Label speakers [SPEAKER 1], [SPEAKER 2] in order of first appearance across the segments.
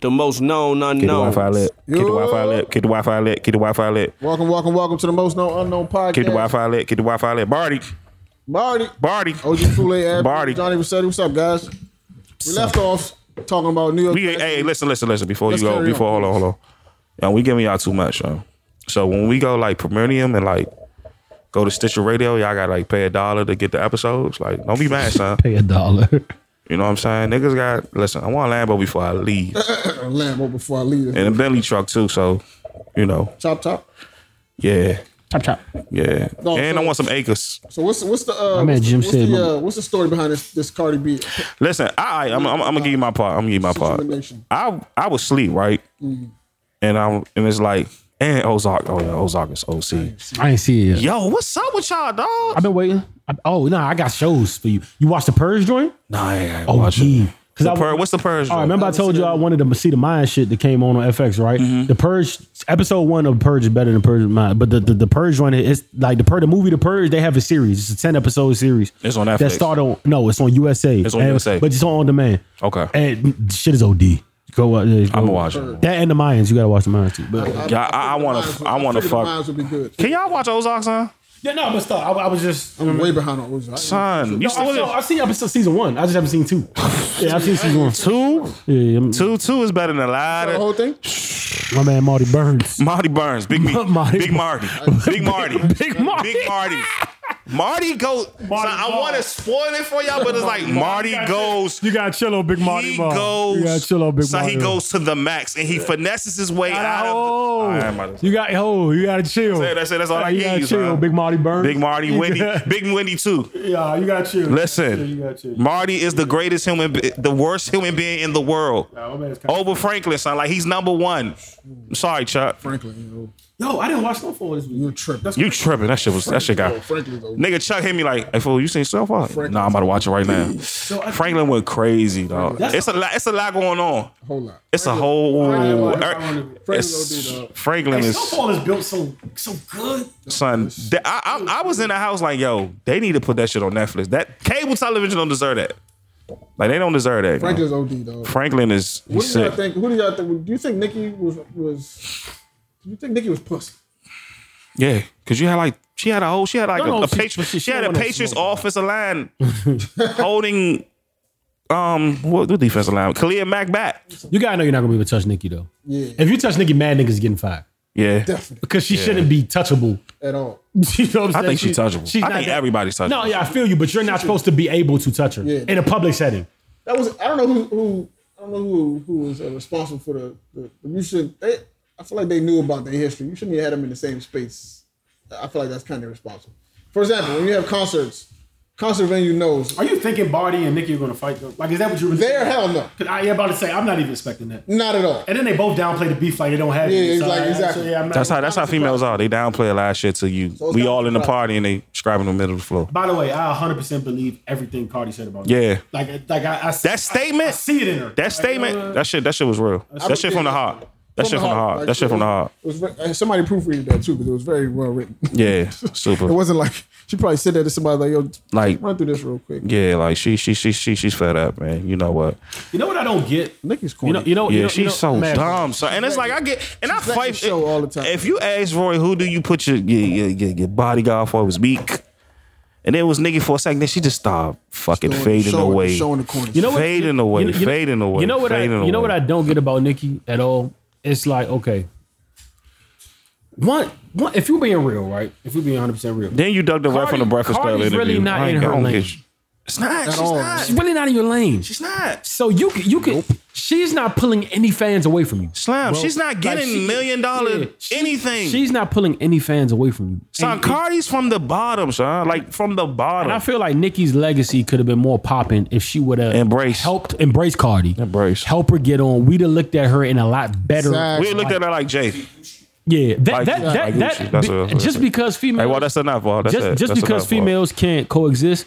[SPEAKER 1] the most known
[SPEAKER 2] Get the
[SPEAKER 1] unknown.
[SPEAKER 2] Wi-Fi lit. Get the Wi-Fi lit. Get the Wi-Fi lit. Get the Wi-Fi lit.
[SPEAKER 3] Welcome, welcome, welcome to the most known unknown podcast.
[SPEAKER 2] Get the Wi-Fi lit. Get the Wi-Fi lit. Barty.
[SPEAKER 3] Marty.
[SPEAKER 2] Barty.
[SPEAKER 3] OG Fule, Ab,
[SPEAKER 2] Barty.
[SPEAKER 3] Johnny Rossetti. What's up, guys? We left off talking about New York.
[SPEAKER 2] We,
[SPEAKER 3] Jets.
[SPEAKER 2] hey, listen, listen, listen. Before
[SPEAKER 3] Let's
[SPEAKER 2] you go,
[SPEAKER 3] carry on,
[SPEAKER 2] before hold on, hold on. Yo, we giving y'all too much, yo. So when we go like Premium and like go to Stitcher Radio, y'all got to like pay a dollar to get the episodes. Like, don't be mad, son.
[SPEAKER 4] Pay a dollar.
[SPEAKER 2] You know what I'm saying? Niggas got listen. I want a Lambo before I leave,
[SPEAKER 3] Lambo before I leave.
[SPEAKER 2] and a Bentley truck too. So, you know,
[SPEAKER 3] Chop top.
[SPEAKER 2] yeah,
[SPEAKER 4] Chop chop.
[SPEAKER 2] yeah.
[SPEAKER 3] No,
[SPEAKER 2] and
[SPEAKER 3] so-
[SPEAKER 2] I want some acres.
[SPEAKER 3] So what's what's the uh,
[SPEAKER 4] I'm at
[SPEAKER 3] what's,
[SPEAKER 4] Jim
[SPEAKER 3] what's
[SPEAKER 4] said,
[SPEAKER 3] the
[SPEAKER 4] but-
[SPEAKER 3] uh, what's the story behind this this Cardi B?
[SPEAKER 2] Listen, I, I I'm, I'm, I'm gonna give you my part. I'm gonna give you my part.
[SPEAKER 3] Situation.
[SPEAKER 2] I I was sleep right,
[SPEAKER 4] Mm-hmm.
[SPEAKER 2] and I'm and it's like and Ozark. Oh yeah, Ozark is OC.
[SPEAKER 4] I ain't see it yet.
[SPEAKER 2] Yo, what's up with y'all, dog?
[SPEAKER 4] I've been waiting. I, oh no, I got shows for you. You watched the Purge joint?
[SPEAKER 2] Nah, I ain't
[SPEAKER 4] Oh,
[SPEAKER 2] watching.
[SPEAKER 4] gee. Because
[SPEAKER 2] The Purge- what's the Purge?
[SPEAKER 4] All
[SPEAKER 2] joint?
[SPEAKER 4] right, remember I told you I wanted to see the Mayan shit that came on on FX, right?
[SPEAKER 2] Mm-hmm.
[SPEAKER 4] The Purge episode one of Purge is better than Purge of Mayan, but the, the the Purge one is like the Purge, the movie The Purge. They have a series. It's a ten episode series.
[SPEAKER 2] It's on
[SPEAKER 4] That
[SPEAKER 2] FX.
[SPEAKER 4] start on no, it's on USA.
[SPEAKER 2] It's on
[SPEAKER 4] And-
[SPEAKER 2] USA.
[SPEAKER 4] but it's on on demand.
[SPEAKER 2] Okay.
[SPEAKER 4] and shit is OD. Go out there.
[SPEAKER 2] I'm
[SPEAKER 4] go-
[SPEAKER 2] gonna watch it.
[SPEAKER 4] that and the Mayans. You gotta watch the Mayans too. But
[SPEAKER 2] Yeah, I, I want
[SPEAKER 3] Mines
[SPEAKER 2] to.
[SPEAKER 3] would-
[SPEAKER 2] I want to
[SPEAKER 3] figured the
[SPEAKER 2] fuck.
[SPEAKER 3] Mines would be good.
[SPEAKER 2] Can y'all watch Ozark, son?
[SPEAKER 4] yeah, no, I'm gonna stop. I, I was just.
[SPEAKER 3] I'm way behind on Ozark.
[SPEAKER 2] Son, you
[SPEAKER 4] No, I
[SPEAKER 2] still
[SPEAKER 4] saw, I've seen episode season one. I just haven't seen two. Yeah, I've seen season one.
[SPEAKER 2] two?
[SPEAKER 4] Yeah, I'm-
[SPEAKER 2] Two two is better than a lot
[SPEAKER 3] The
[SPEAKER 2] of
[SPEAKER 3] whole thing.
[SPEAKER 4] my man Marty Burns.
[SPEAKER 2] Marty Burns, Big me,
[SPEAKER 4] Marty
[SPEAKER 2] Big Marty, Big Marty,
[SPEAKER 4] Big Marty.
[SPEAKER 2] Big Marty. Marty goes.
[SPEAKER 4] Marty
[SPEAKER 2] Son, I
[SPEAKER 4] Ball.
[SPEAKER 2] want to spoil it for y'all, but it's like Marty goes.
[SPEAKER 4] You gotta chill on Big Marty.
[SPEAKER 2] He
[SPEAKER 4] Ball.
[SPEAKER 2] goes.
[SPEAKER 4] You gotta chill on Big
[SPEAKER 2] so
[SPEAKER 4] Marty.
[SPEAKER 2] he goes to the max and he finesses his way out of.
[SPEAKER 4] Oh,
[SPEAKER 2] I am out of-
[SPEAKER 4] you got oh, you gotta chill.
[SPEAKER 2] That's it, that's it, that's all I
[SPEAKER 4] you
[SPEAKER 2] give
[SPEAKER 4] gotta
[SPEAKER 2] you,
[SPEAKER 4] chill,
[SPEAKER 2] son.
[SPEAKER 4] Big Marty Burns.
[SPEAKER 2] Big Marty,
[SPEAKER 4] You
[SPEAKER 2] Wendy,
[SPEAKER 4] got-
[SPEAKER 2] Big Wendy too.
[SPEAKER 4] yeah, you gotta chill. you
[SPEAKER 2] Listen,
[SPEAKER 4] got you.
[SPEAKER 2] Marty is the greatest human, be- the worst human being in the world.
[SPEAKER 4] My man's kinda-
[SPEAKER 2] Over Franklin, son, like he's number one. I'm sorry, Chuck.
[SPEAKER 3] Franklin, you know,
[SPEAKER 4] Yo, I didn't watch Snowfall this week.
[SPEAKER 3] you're tripping.
[SPEAKER 2] You tripping? That shit was that shit got.
[SPEAKER 3] Oh, Franklin though.
[SPEAKER 2] Nigga Chuck hit me like, "Hey fool, you seen South Park?" Nah, I'm about to watch it right now. Franklin went crazy, dog. It's a lot. It's a lot going on.
[SPEAKER 3] whole lot.
[SPEAKER 2] It's a whole.
[SPEAKER 4] Franklin-
[SPEAKER 2] er,
[SPEAKER 4] Franklin-
[SPEAKER 2] it's-
[SPEAKER 3] Franklin OD, dog.
[SPEAKER 2] Franklin is
[SPEAKER 4] Snowfall is built so so good.
[SPEAKER 2] son. th- I, I I was in the house like, yo, they need to put that shit on Netflix. That cable television don't deserve that. Like they don't deserve that. Franklin,
[SPEAKER 3] Franklin's OD dog.
[SPEAKER 2] Franklin is
[SPEAKER 3] What
[SPEAKER 2] he's
[SPEAKER 3] do y'all
[SPEAKER 2] sick.
[SPEAKER 3] think? Who do y'all think? Do you think Nikki was was? Do you think Nikki was pussy?
[SPEAKER 2] Yeah, cause you had like she had a whole she had like
[SPEAKER 4] No,
[SPEAKER 2] a,
[SPEAKER 4] no,
[SPEAKER 2] a
[SPEAKER 4] she-
[SPEAKER 2] patron
[SPEAKER 4] she-
[SPEAKER 2] she,
[SPEAKER 4] she
[SPEAKER 2] had a
[SPEAKER 4] don't know
[SPEAKER 2] Patriots
[SPEAKER 4] smoke.
[SPEAKER 2] offensive line holding um what the defensive line Khalil Mack back.
[SPEAKER 4] You gotta know you're not gonna be able to touch Nikki though.
[SPEAKER 3] Yeah.
[SPEAKER 4] If you touch Nikki, mad niggas getting fired
[SPEAKER 2] Yeah,
[SPEAKER 3] Definitely
[SPEAKER 4] because she shouldn't be touchable.
[SPEAKER 3] at all.
[SPEAKER 4] You know what I'm
[SPEAKER 2] I
[SPEAKER 4] saying?
[SPEAKER 2] think she's touchable. I
[SPEAKER 4] not
[SPEAKER 2] think
[SPEAKER 4] that-
[SPEAKER 2] everybody's touchable.
[SPEAKER 4] No, yeah, I feel you, but you're not supposed to be able to touch her
[SPEAKER 3] Yeah.
[SPEAKER 4] in a public setting.
[SPEAKER 3] That was I don't know who who I don't know who who was uh, responsible for the, the you should they I feel like they knew about their history. You shouldn't have had them in the same space. I feel like that's kind of irresponsible. For example, when you have concerts, concert venue knows
[SPEAKER 4] Are you thinking Barty and Nikki are gonna fight though? Like, is that what you were
[SPEAKER 3] there. Hell no,
[SPEAKER 4] Cause I am about to say I'm not even expecting that.
[SPEAKER 3] not at all.
[SPEAKER 4] And then they both downplay the beef like they don't have it.
[SPEAKER 3] Yeah,
[SPEAKER 4] So,
[SPEAKER 3] like,
[SPEAKER 4] I-
[SPEAKER 3] exactly.
[SPEAKER 4] so, yeah, I'm not-
[SPEAKER 2] That's how that's how
[SPEAKER 4] I'm
[SPEAKER 2] females
[SPEAKER 4] surprised.
[SPEAKER 2] are. They downplay a lot of shit to you.
[SPEAKER 3] it's
[SPEAKER 2] we
[SPEAKER 3] gotta
[SPEAKER 2] all
[SPEAKER 3] be
[SPEAKER 2] in the
[SPEAKER 3] right.
[SPEAKER 2] party and they scribe in the middle of the floor.
[SPEAKER 4] By the way, I 100 percent believe everything Cardi said about
[SPEAKER 2] Yeah.
[SPEAKER 4] Nicki. Like, like I, I see-
[SPEAKER 2] That
[SPEAKER 4] I, I
[SPEAKER 2] statement,
[SPEAKER 4] see it in her.
[SPEAKER 2] that statement, that shit, that shit was real. That shit from the heart. That shit from the heart.
[SPEAKER 3] like,
[SPEAKER 2] That shit from the heart.
[SPEAKER 3] It was, ve- and somebody proofreaded that too because it was very well written.
[SPEAKER 2] Yeah,
[SPEAKER 3] It
[SPEAKER 2] super.
[SPEAKER 3] wasn't like she probably said that to somebody like yo,
[SPEAKER 2] Like-
[SPEAKER 3] run through this real quick.
[SPEAKER 2] Yeah, like she, she, she, she, she's fed up, man. You know what?
[SPEAKER 4] You know what I don't get?
[SPEAKER 3] Nikki's
[SPEAKER 4] You
[SPEAKER 3] corny.
[SPEAKER 4] know, you know, you
[SPEAKER 2] Yeah,
[SPEAKER 4] know- you know,
[SPEAKER 2] she's so
[SPEAKER 4] man,
[SPEAKER 2] dumb. So, and it's like I get, and I
[SPEAKER 3] letting
[SPEAKER 2] fight
[SPEAKER 3] it show all the time.
[SPEAKER 2] If you ask Roy, who do you put your your, your, your, your bodyguard for? It was Meek, and it was Nikki for a second. Then she just started fucking
[SPEAKER 3] Showing-
[SPEAKER 2] fading
[SPEAKER 3] showing-
[SPEAKER 2] away.
[SPEAKER 3] showing the corners.
[SPEAKER 4] You know what?
[SPEAKER 2] Fading away, fading away,
[SPEAKER 4] You know what? I,
[SPEAKER 2] fading
[SPEAKER 4] you know
[SPEAKER 2] away.
[SPEAKER 4] what I don't get about Nikki at all. It's like okay, one, one. If you're being real, right? If we're being 100 percent real,
[SPEAKER 2] Then you dug the ref
[SPEAKER 4] Cardi-
[SPEAKER 2] from the Breakfast Club
[SPEAKER 4] Cardi's
[SPEAKER 2] interview.
[SPEAKER 4] really not
[SPEAKER 2] I ain't-
[SPEAKER 4] in
[SPEAKER 2] I
[SPEAKER 4] her
[SPEAKER 2] don't
[SPEAKER 4] lane.
[SPEAKER 2] get you. It's not. She's
[SPEAKER 3] all.
[SPEAKER 2] not.
[SPEAKER 4] she's really not in your lane.
[SPEAKER 2] She's not.
[SPEAKER 4] So you c- you can. She's not pulling any fans away from you.
[SPEAKER 2] Slam. she's not
[SPEAKER 4] Like,
[SPEAKER 2] getting
[SPEAKER 4] she-
[SPEAKER 2] million dollar
[SPEAKER 4] yeah, she-
[SPEAKER 2] anything.
[SPEAKER 4] She's not pulling any fans away from you.
[SPEAKER 2] son, Cardi's from the bottom, son. Like from the bottom.
[SPEAKER 4] And I feel like Nikki's legacy could have been more popping if she would have
[SPEAKER 2] Embrace.
[SPEAKER 4] helped embrace Cardi,
[SPEAKER 2] Embrace.
[SPEAKER 4] help her get on. We'd have looked at her in a lot better.
[SPEAKER 3] Exactly.
[SPEAKER 2] we looked at her like Jay.
[SPEAKER 4] Yeah, that
[SPEAKER 2] Like
[SPEAKER 4] that
[SPEAKER 2] Gucci,
[SPEAKER 4] that,
[SPEAKER 2] like
[SPEAKER 4] that,
[SPEAKER 2] Gucci. That's
[SPEAKER 4] be-
[SPEAKER 2] what- that's
[SPEAKER 4] just
[SPEAKER 2] what-
[SPEAKER 4] because
[SPEAKER 2] Hey, well,
[SPEAKER 4] females
[SPEAKER 2] that's enough, Well, That's it.
[SPEAKER 4] just, just
[SPEAKER 2] That's
[SPEAKER 4] because
[SPEAKER 2] enough, Walt.
[SPEAKER 4] females can't coexist.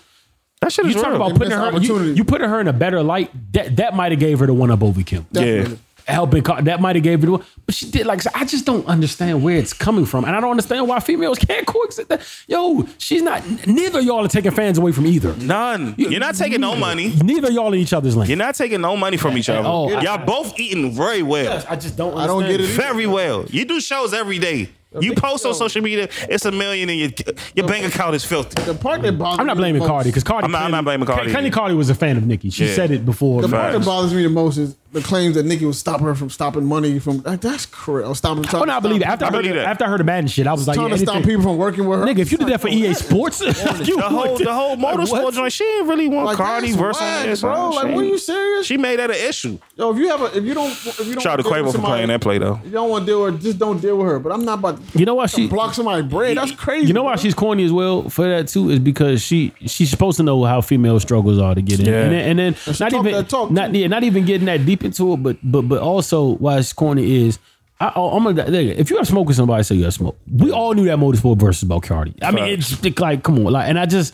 [SPEAKER 2] That shit
[SPEAKER 4] You
[SPEAKER 2] is
[SPEAKER 4] talk
[SPEAKER 2] real.
[SPEAKER 4] about
[SPEAKER 3] missed
[SPEAKER 4] putting her you,
[SPEAKER 3] opportunity.
[SPEAKER 4] you putting her in a better light. That that might have gave her the one up over Kim.
[SPEAKER 2] yeah.
[SPEAKER 3] Definitely.
[SPEAKER 4] helping co- that might have gave it away. But she did like I said, I just don't understand where it's coming from, and I don't understand why females can't coexist. That- Yo, she's not. Neither of y'all are taking fans away from either.
[SPEAKER 2] None. You're not taking no money.
[SPEAKER 4] Neither of y'all in each other's lane.
[SPEAKER 2] You're not taking no money from each other.
[SPEAKER 4] all.
[SPEAKER 2] Y'all both eating very well.
[SPEAKER 4] I just don't.
[SPEAKER 3] I don't
[SPEAKER 4] understand.
[SPEAKER 3] get it.
[SPEAKER 2] Very well. You do shows every day. You post on social media, it's a million and your your bank account is filthy.
[SPEAKER 3] The part that bothers
[SPEAKER 4] I'm not
[SPEAKER 3] me
[SPEAKER 4] blaming
[SPEAKER 3] the most,
[SPEAKER 4] Cardi because Cardi.
[SPEAKER 2] I'm not- I'm not blaming Cardi
[SPEAKER 4] Clearly,
[SPEAKER 2] either.
[SPEAKER 4] Cardi was a fan of Nicki. She
[SPEAKER 2] Yeah.
[SPEAKER 4] said it before.
[SPEAKER 3] The part
[SPEAKER 2] Facts.
[SPEAKER 3] that bothers me the most is the claims that Nicki was stopping her from stopping money from. Like, that's correct. Or stopping.
[SPEAKER 4] oh, no, I believe it. After I,
[SPEAKER 2] I
[SPEAKER 4] heard,
[SPEAKER 2] believe
[SPEAKER 4] the-
[SPEAKER 2] that.
[SPEAKER 4] after I heard the Madden shit, I was like,
[SPEAKER 3] Trying
[SPEAKER 4] yeah,
[SPEAKER 3] to stop
[SPEAKER 4] anything-
[SPEAKER 3] people from working with her.
[SPEAKER 4] Nigga, if you did that for EA Sports, you
[SPEAKER 2] The whole
[SPEAKER 4] would-
[SPEAKER 2] the whole
[SPEAKER 4] like,
[SPEAKER 2] motorsport
[SPEAKER 4] what?
[SPEAKER 2] joint, she ain't really want
[SPEAKER 3] Like,
[SPEAKER 2] Cardi
[SPEAKER 3] that's
[SPEAKER 2] versus
[SPEAKER 3] whack,
[SPEAKER 2] this,
[SPEAKER 3] bro.
[SPEAKER 2] She
[SPEAKER 3] Like,
[SPEAKER 2] ain't-
[SPEAKER 3] what are you serious?
[SPEAKER 2] She made that an issue.
[SPEAKER 3] Yo, if you have a, if you don't, if you don't
[SPEAKER 2] Shout out to
[SPEAKER 3] deal
[SPEAKER 2] Quavo
[SPEAKER 3] with
[SPEAKER 2] for playing that play though.
[SPEAKER 3] If you don't want to deal with, her, just don't deal with her. But I'm not about to
[SPEAKER 4] You know why she?
[SPEAKER 3] block somebody's bread. That's crazy.
[SPEAKER 4] You know why she's corny as well for that too is because she she's supposed to know how female struggles are to get in,
[SPEAKER 2] Yeah.
[SPEAKER 4] and then, and then
[SPEAKER 3] she
[SPEAKER 4] not
[SPEAKER 3] talk
[SPEAKER 4] even
[SPEAKER 3] that talk,
[SPEAKER 4] not
[SPEAKER 3] too.
[SPEAKER 4] yeah, not even getting that deep into it, but but but also why it's corny is. I, oh, I'm gonna, nigga, if you have smoke with somebody, say you have smoke. We all knew that motorsport versus about Cardi. I mean,
[SPEAKER 2] Facts.
[SPEAKER 4] it's it's like, come on, like, and I just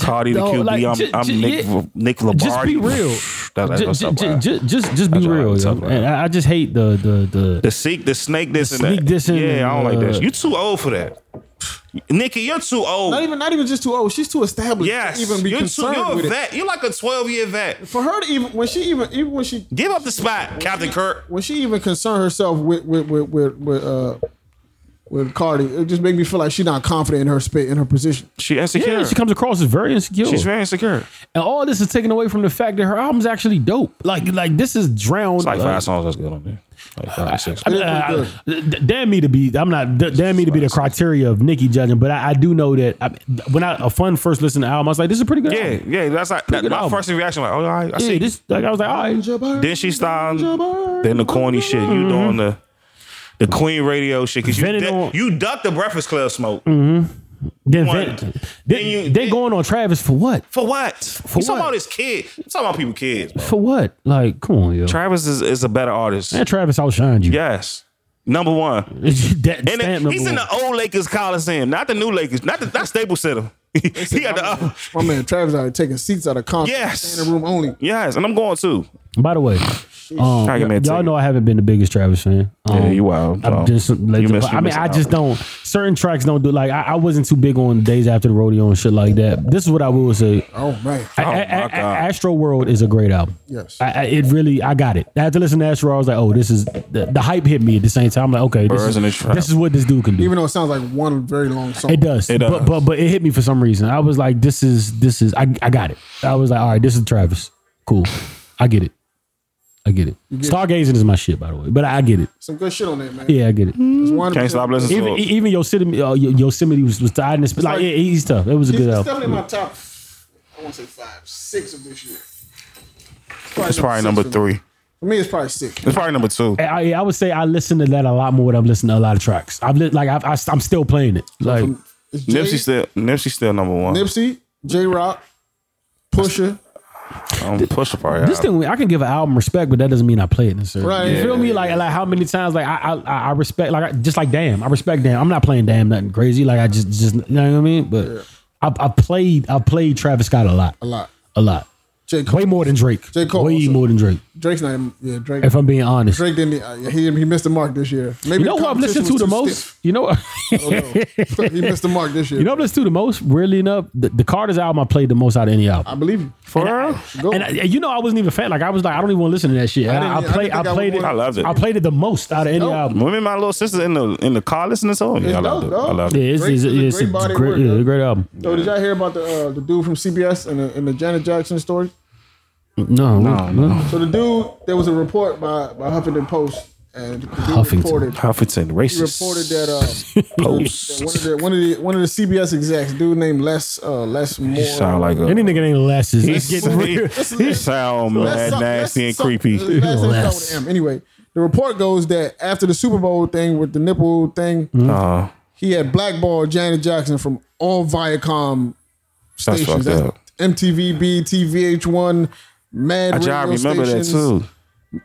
[SPEAKER 2] Cardi the
[SPEAKER 4] No,
[SPEAKER 2] QB,
[SPEAKER 4] like,
[SPEAKER 2] I'm,
[SPEAKER 4] ju-
[SPEAKER 2] I'm
[SPEAKER 4] ju-
[SPEAKER 2] Nick
[SPEAKER 4] yeah.
[SPEAKER 2] Nick Lombardi.
[SPEAKER 4] just be real.
[SPEAKER 2] That's
[SPEAKER 4] Ju-
[SPEAKER 2] what's
[SPEAKER 4] ju-
[SPEAKER 2] up,
[SPEAKER 4] ju-
[SPEAKER 2] man.
[SPEAKER 4] ju- just just be
[SPEAKER 2] That's
[SPEAKER 4] real,
[SPEAKER 2] what's
[SPEAKER 4] yo.
[SPEAKER 2] up, man.
[SPEAKER 4] and I, I just hate the the the
[SPEAKER 2] The seek, the snake, this and
[SPEAKER 4] sneak
[SPEAKER 2] that.
[SPEAKER 4] this and,
[SPEAKER 2] yeah, I don't like
[SPEAKER 4] uh,
[SPEAKER 2] that. You too old for that, Nikki. You're too old.
[SPEAKER 3] Not even, not even just too old. She's too established
[SPEAKER 2] yes,
[SPEAKER 3] to even be
[SPEAKER 2] you're too.
[SPEAKER 3] concerned
[SPEAKER 2] You're a
[SPEAKER 3] with it.
[SPEAKER 2] vet. You're like a 12 year vet.
[SPEAKER 3] For her to even, when she even, even when she,
[SPEAKER 2] Give up the spot, Captain Kirk.
[SPEAKER 3] when she even concerned herself with, with, with, with, with uh, with Cardi, it just made me feel like she's not confident in her space, in her position.
[SPEAKER 2] She insecure.
[SPEAKER 4] yeah, she comes across as very insecure.
[SPEAKER 2] She's very insecure.
[SPEAKER 4] And all this is taken away from the fact that her album's actually dope. Like, like this is drowned.
[SPEAKER 2] It's like
[SPEAKER 4] uh,
[SPEAKER 2] five songs that's good on there. Like five, six.
[SPEAKER 4] I mean,
[SPEAKER 3] It is
[SPEAKER 4] I- I- damn me to be. I'm not. d- Damn me to be the criteria of Nicki judging, but I, I do know that I, when I a fun first listen to the album, I was like, "This is a pretty good."
[SPEAKER 2] Yeah,
[SPEAKER 4] album.
[SPEAKER 2] yeah. That's like that,
[SPEAKER 4] good
[SPEAKER 2] my
[SPEAKER 4] album.
[SPEAKER 2] first reaction. Like, oh, all right, I see.
[SPEAKER 4] yeah. This like I was like, "All right."
[SPEAKER 3] Jabbar,
[SPEAKER 2] Then she started then the corny shit. You doing the the Queen radio shit because you
[SPEAKER 4] Vented
[SPEAKER 2] du-
[SPEAKER 4] on-
[SPEAKER 2] you duck the Breakfast Club smoke
[SPEAKER 4] Then,
[SPEAKER 2] One.
[SPEAKER 4] then,
[SPEAKER 2] Then you-
[SPEAKER 4] they
[SPEAKER 2] then-
[SPEAKER 4] going on Travis for what?
[SPEAKER 2] for what? For you talking
[SPEAKER 4] what?
[SPEAKER 2] about this kid? You talking about people kids? Bro.
[SPEAKER 4] For what? Like, come on, yo.
[SPEAKER 2] Travis is, is a better artist.
[SPEAKER 4] Man, Travis outshined you.
[SPEAKER 2] Yes, number one. And
[SPEAKER 4] that stamp
[SPEAKER 2] then,
[SPEAKER 4] number
[SPEAKER 2] he's in
[SPEAKER 4] one.
[SPEAKER 2] the old Lakers Coliseum, not the new Lakers, not the not Staples Center. he got the upper.
[SPEAKER 3] My man Travis out here taking seats out of concert.
[SPEAKER 2] uh, Yes.
[SPEAKER 3] Standing room only.
[SPEAKER 2] Yes, and I'm going too.
[SPEAKER 4] By the way, um,
[SPEAKER 2] I can make
[SPEAKER 4] y'all
[SPEAKER 2] ticket.
[SPEAKER 4] know I haven't been the biggest Travis fan. Um,
[SPEAKER 2] Yeah, you wild,
[SPEAKER 4] I'm
[SPEAKER 2] bro.
[SPEAKER 4] just, like,
[SPEAKER 2] You miss- you
[SPEAKER 4] I mean,
[SPEAKER 2] missing
[SPEAKER 4] I
[SPEAKER 2] out.
[SPEAKER 4] just don't. Certain tracks don't do like I, I wasn't too big on Days After the Rodeo and shit like that. This is what I will say.
[SPEAKER 3] Oh man.
[SPEAKER 4] A-
[SPEAKER 2] my
[SPEAKER 4] A- A-
[SPEAKER 2] God.
[SPEAKER 4] Astro World is a great album.
[SPEAKER 3] Yes.
[SPEAKER 4] I, I, it really, I got it. After listening to Astro, I was like, "Oh, this is the, the hype hit me." At the same time, I'm like, "Okay, this
[SPEAKER 2] Birds
[SPEAKER 4] is,
[SPEAKER 2] in the trap.
[SPEAKER 4] this is what this dude can do."
[SPEAKER 3] Even though it sounds like one very long song.
[SPEAKER 4] It does.
[SPEAKER 2] It
[SPEAKER 4] But,
[SPEAKER 2] does.
[SPEAKER 4] but but it hit me for some reason. I was like, this is this is I, I got it. I was like, all right, this is Travis. Cool. I get it. I get it. Stargazing is my shit, by the way. But I get it.
[SPEAKER 3] Some good shit on there, man.
[SPEAKER 4] Yeah, I get it.
[SPEAKER 3] It's 100%.
[SPEAKER 2] Can't stop listening
[SPEAKER 4] Even e,
[SPEAKER 2] to it.
[SPEAKER 4] even Yosemite, uh, Yo- Yosemite was, was tied in this. Like,
[SPEAKER 3] like-
[SPEAKER 4] yeah, he's tough. It was a
[SPEAKER 3] It's
[SPEAKER 4] good
[SPEAKER 3] it's
[SPEAKER 4] album.
[SPEAKER 3] definitely my top. I want to say five, six of this year.
[SPEAKER 2] It's probably
[SPEAKER 3] six
[SPEAKER 2] number
[SPEAKER 3] for me.
[SPEAKER 2] three.
[SPEAKER 3] For me, it's probably six.
[SPEAKER 2] It's probably number two.
[SPEAKER 4] I, I- I would say I listen to that a lot more than I'm listening to a lot of tracks. I've li- like I've, I, have i am still playing it. Like
[SPEAKER 3] It's Jay,
[SPEAKER 2] Nipsey still Nipsey still number one.
[SPEAKER 3] Nipsey, J. Rock, Pusha.
[SPEAKER 2] I'm pushing probably.
[SPEAKER 4] this thing, I can give an album respect, but that doesn't mean I play it necessarily.
[SPEAKER 3] Right.
[SPEAKER 4] You feel me? Like like how many times like I I- I, I respect like I, just like damn, I respect damn. I'm not playing damn nothing crazy. Like I just just you know what I mean. But I, I played I played Travis Scott a lot,
[SPEAKER 3] A lot.
[SPEAKER 4] a lot,
[SPEAKER 3] J. Cole.
[SPEAKER 4] way more than Drake.
[SPEAKER 3] J. Cole
[SPEAKER 4] way
[SPEAKER 3] also.
[SPEAKER 4] more than Drake.
[SPEAKER 3] Drake's not. even- Yeah, Drake.
[SPEAKER 4] If I'm being honest,
[SPEAKER 3] Drake didn't. Uh, yeah, he, he missed the mark this year. Maybe
[SPEAKER 4] you know
[SPEAKER 3] the
[SPEAKER 4] who I've listened to the
[SPEAKER 3] competition
[SPEAKER 4] most?
[SPEAKER 3] was
[SPEAKER 4] You know,
[SPEAKER 3] too stiff. he missed the mark this year.
[SPEAKER 4] you know, I've listened to the most. Weirdly enough, the, the Carter's album I played the most out of any album.
[SPEAKER 3] I believe you.
[SPEAKER 2] for real.
[SPEAKER 3] Go.
[SPEAKER 4] And I, you know, I wasn't even a fan. Like I was like, I don't even want to listen to that shit. I, I,
[SPEAKER 3] didn't- I
[SPEAKER 4] played, I,
[SPEAKER 3] didn't think I
[SPEAKER 4] played
[SPEAKER 3] would
[SPEAKER 4] it.
[SPEAKER 3] want-
[SPEAKER 2] I loved it.
[SPEAKER 4] I played it the most out of any
[SPEAKER 3] dope.
[SPEAKER 4] album.
[SPEAKER 2] Women, my little sister in the in the car listening to him. Yeah, I
[SPEAKER 3] dope,
[SPEAKER 2] loved it. I
[SPEAKER 3] dog.
[SPEAKER 2] loved
[SPEAKER 4] Yeah,
[SPEAKER 2] it.
[SPEAKER 4] it's,
[SPEAKER 3] Drake
[SPEAKER 4] it's,
[SPEAKER 3] is a
[SPEAKER 4] it's,
[SPEAKER 3] great
[SPEAKER 4] a
[SPEAKER 3] body
[SPEAKER 4] great,
[SPEAKER 3] work,
[SPEAKER 4] yeah,
[SPEAKER 3] though.
[SPEAKER 4] a great album.
[SPEAKER 3] so did y'all hear about the uh, the dude from CBS and the, and the Janet Jackson story?
[SPEAKER 4] No, no, no.
[SPEAKER 3] So the dude, there was a report by by Huffington Post, and the dude
[SPEAKER 4] Huffington.
[SPEAKER 3] reported
[SPEAKER 2] Huffington
[SPEAKER 3] he
[SPEAKER 2] racist.
[SPEAKER 3] reported that uh,
[SPEAKER 2] Post.
[SPEAKER 3] one of the one of the one of the CBS execs, dude named Les uh, Les Moore.
[SPEAKER 2] sound like a.
[SPEAKER 4] Any nigga ain't less is
[SPEAKER 2] he,
[SPEAKER 4] it's getting real.
[SPEAKER 2] he sound mad,
[SPEAKER 3] some-
[SPEAKER 2] nasty, and
[SPEAKER 3] some-
[SPEAKER 2] creepy.
[SPEAKER 3] Les is something
[SPEAKER 4] Les.
[SPEAKER 3] with an M. Anyway, the report goes that after the Super Bowl thing with the nipple thing,
[SPEAKER 2] Uh,
[SPEAKER 3] he had blackballed Janet Jackson from all Viacom
[SPEAKER 2] that's fucked
[SPEAKER 3] stations.
[SPEAKER 2] up.
[SPEAKER 3] That's MTV, BET, VH1, Mad
[SPEAKER 2] I
[SPEAKER 3] Radio
[SPEAKER 2] I remember that
[SPEAKER 3] stations.
[SPEAKER 2] too.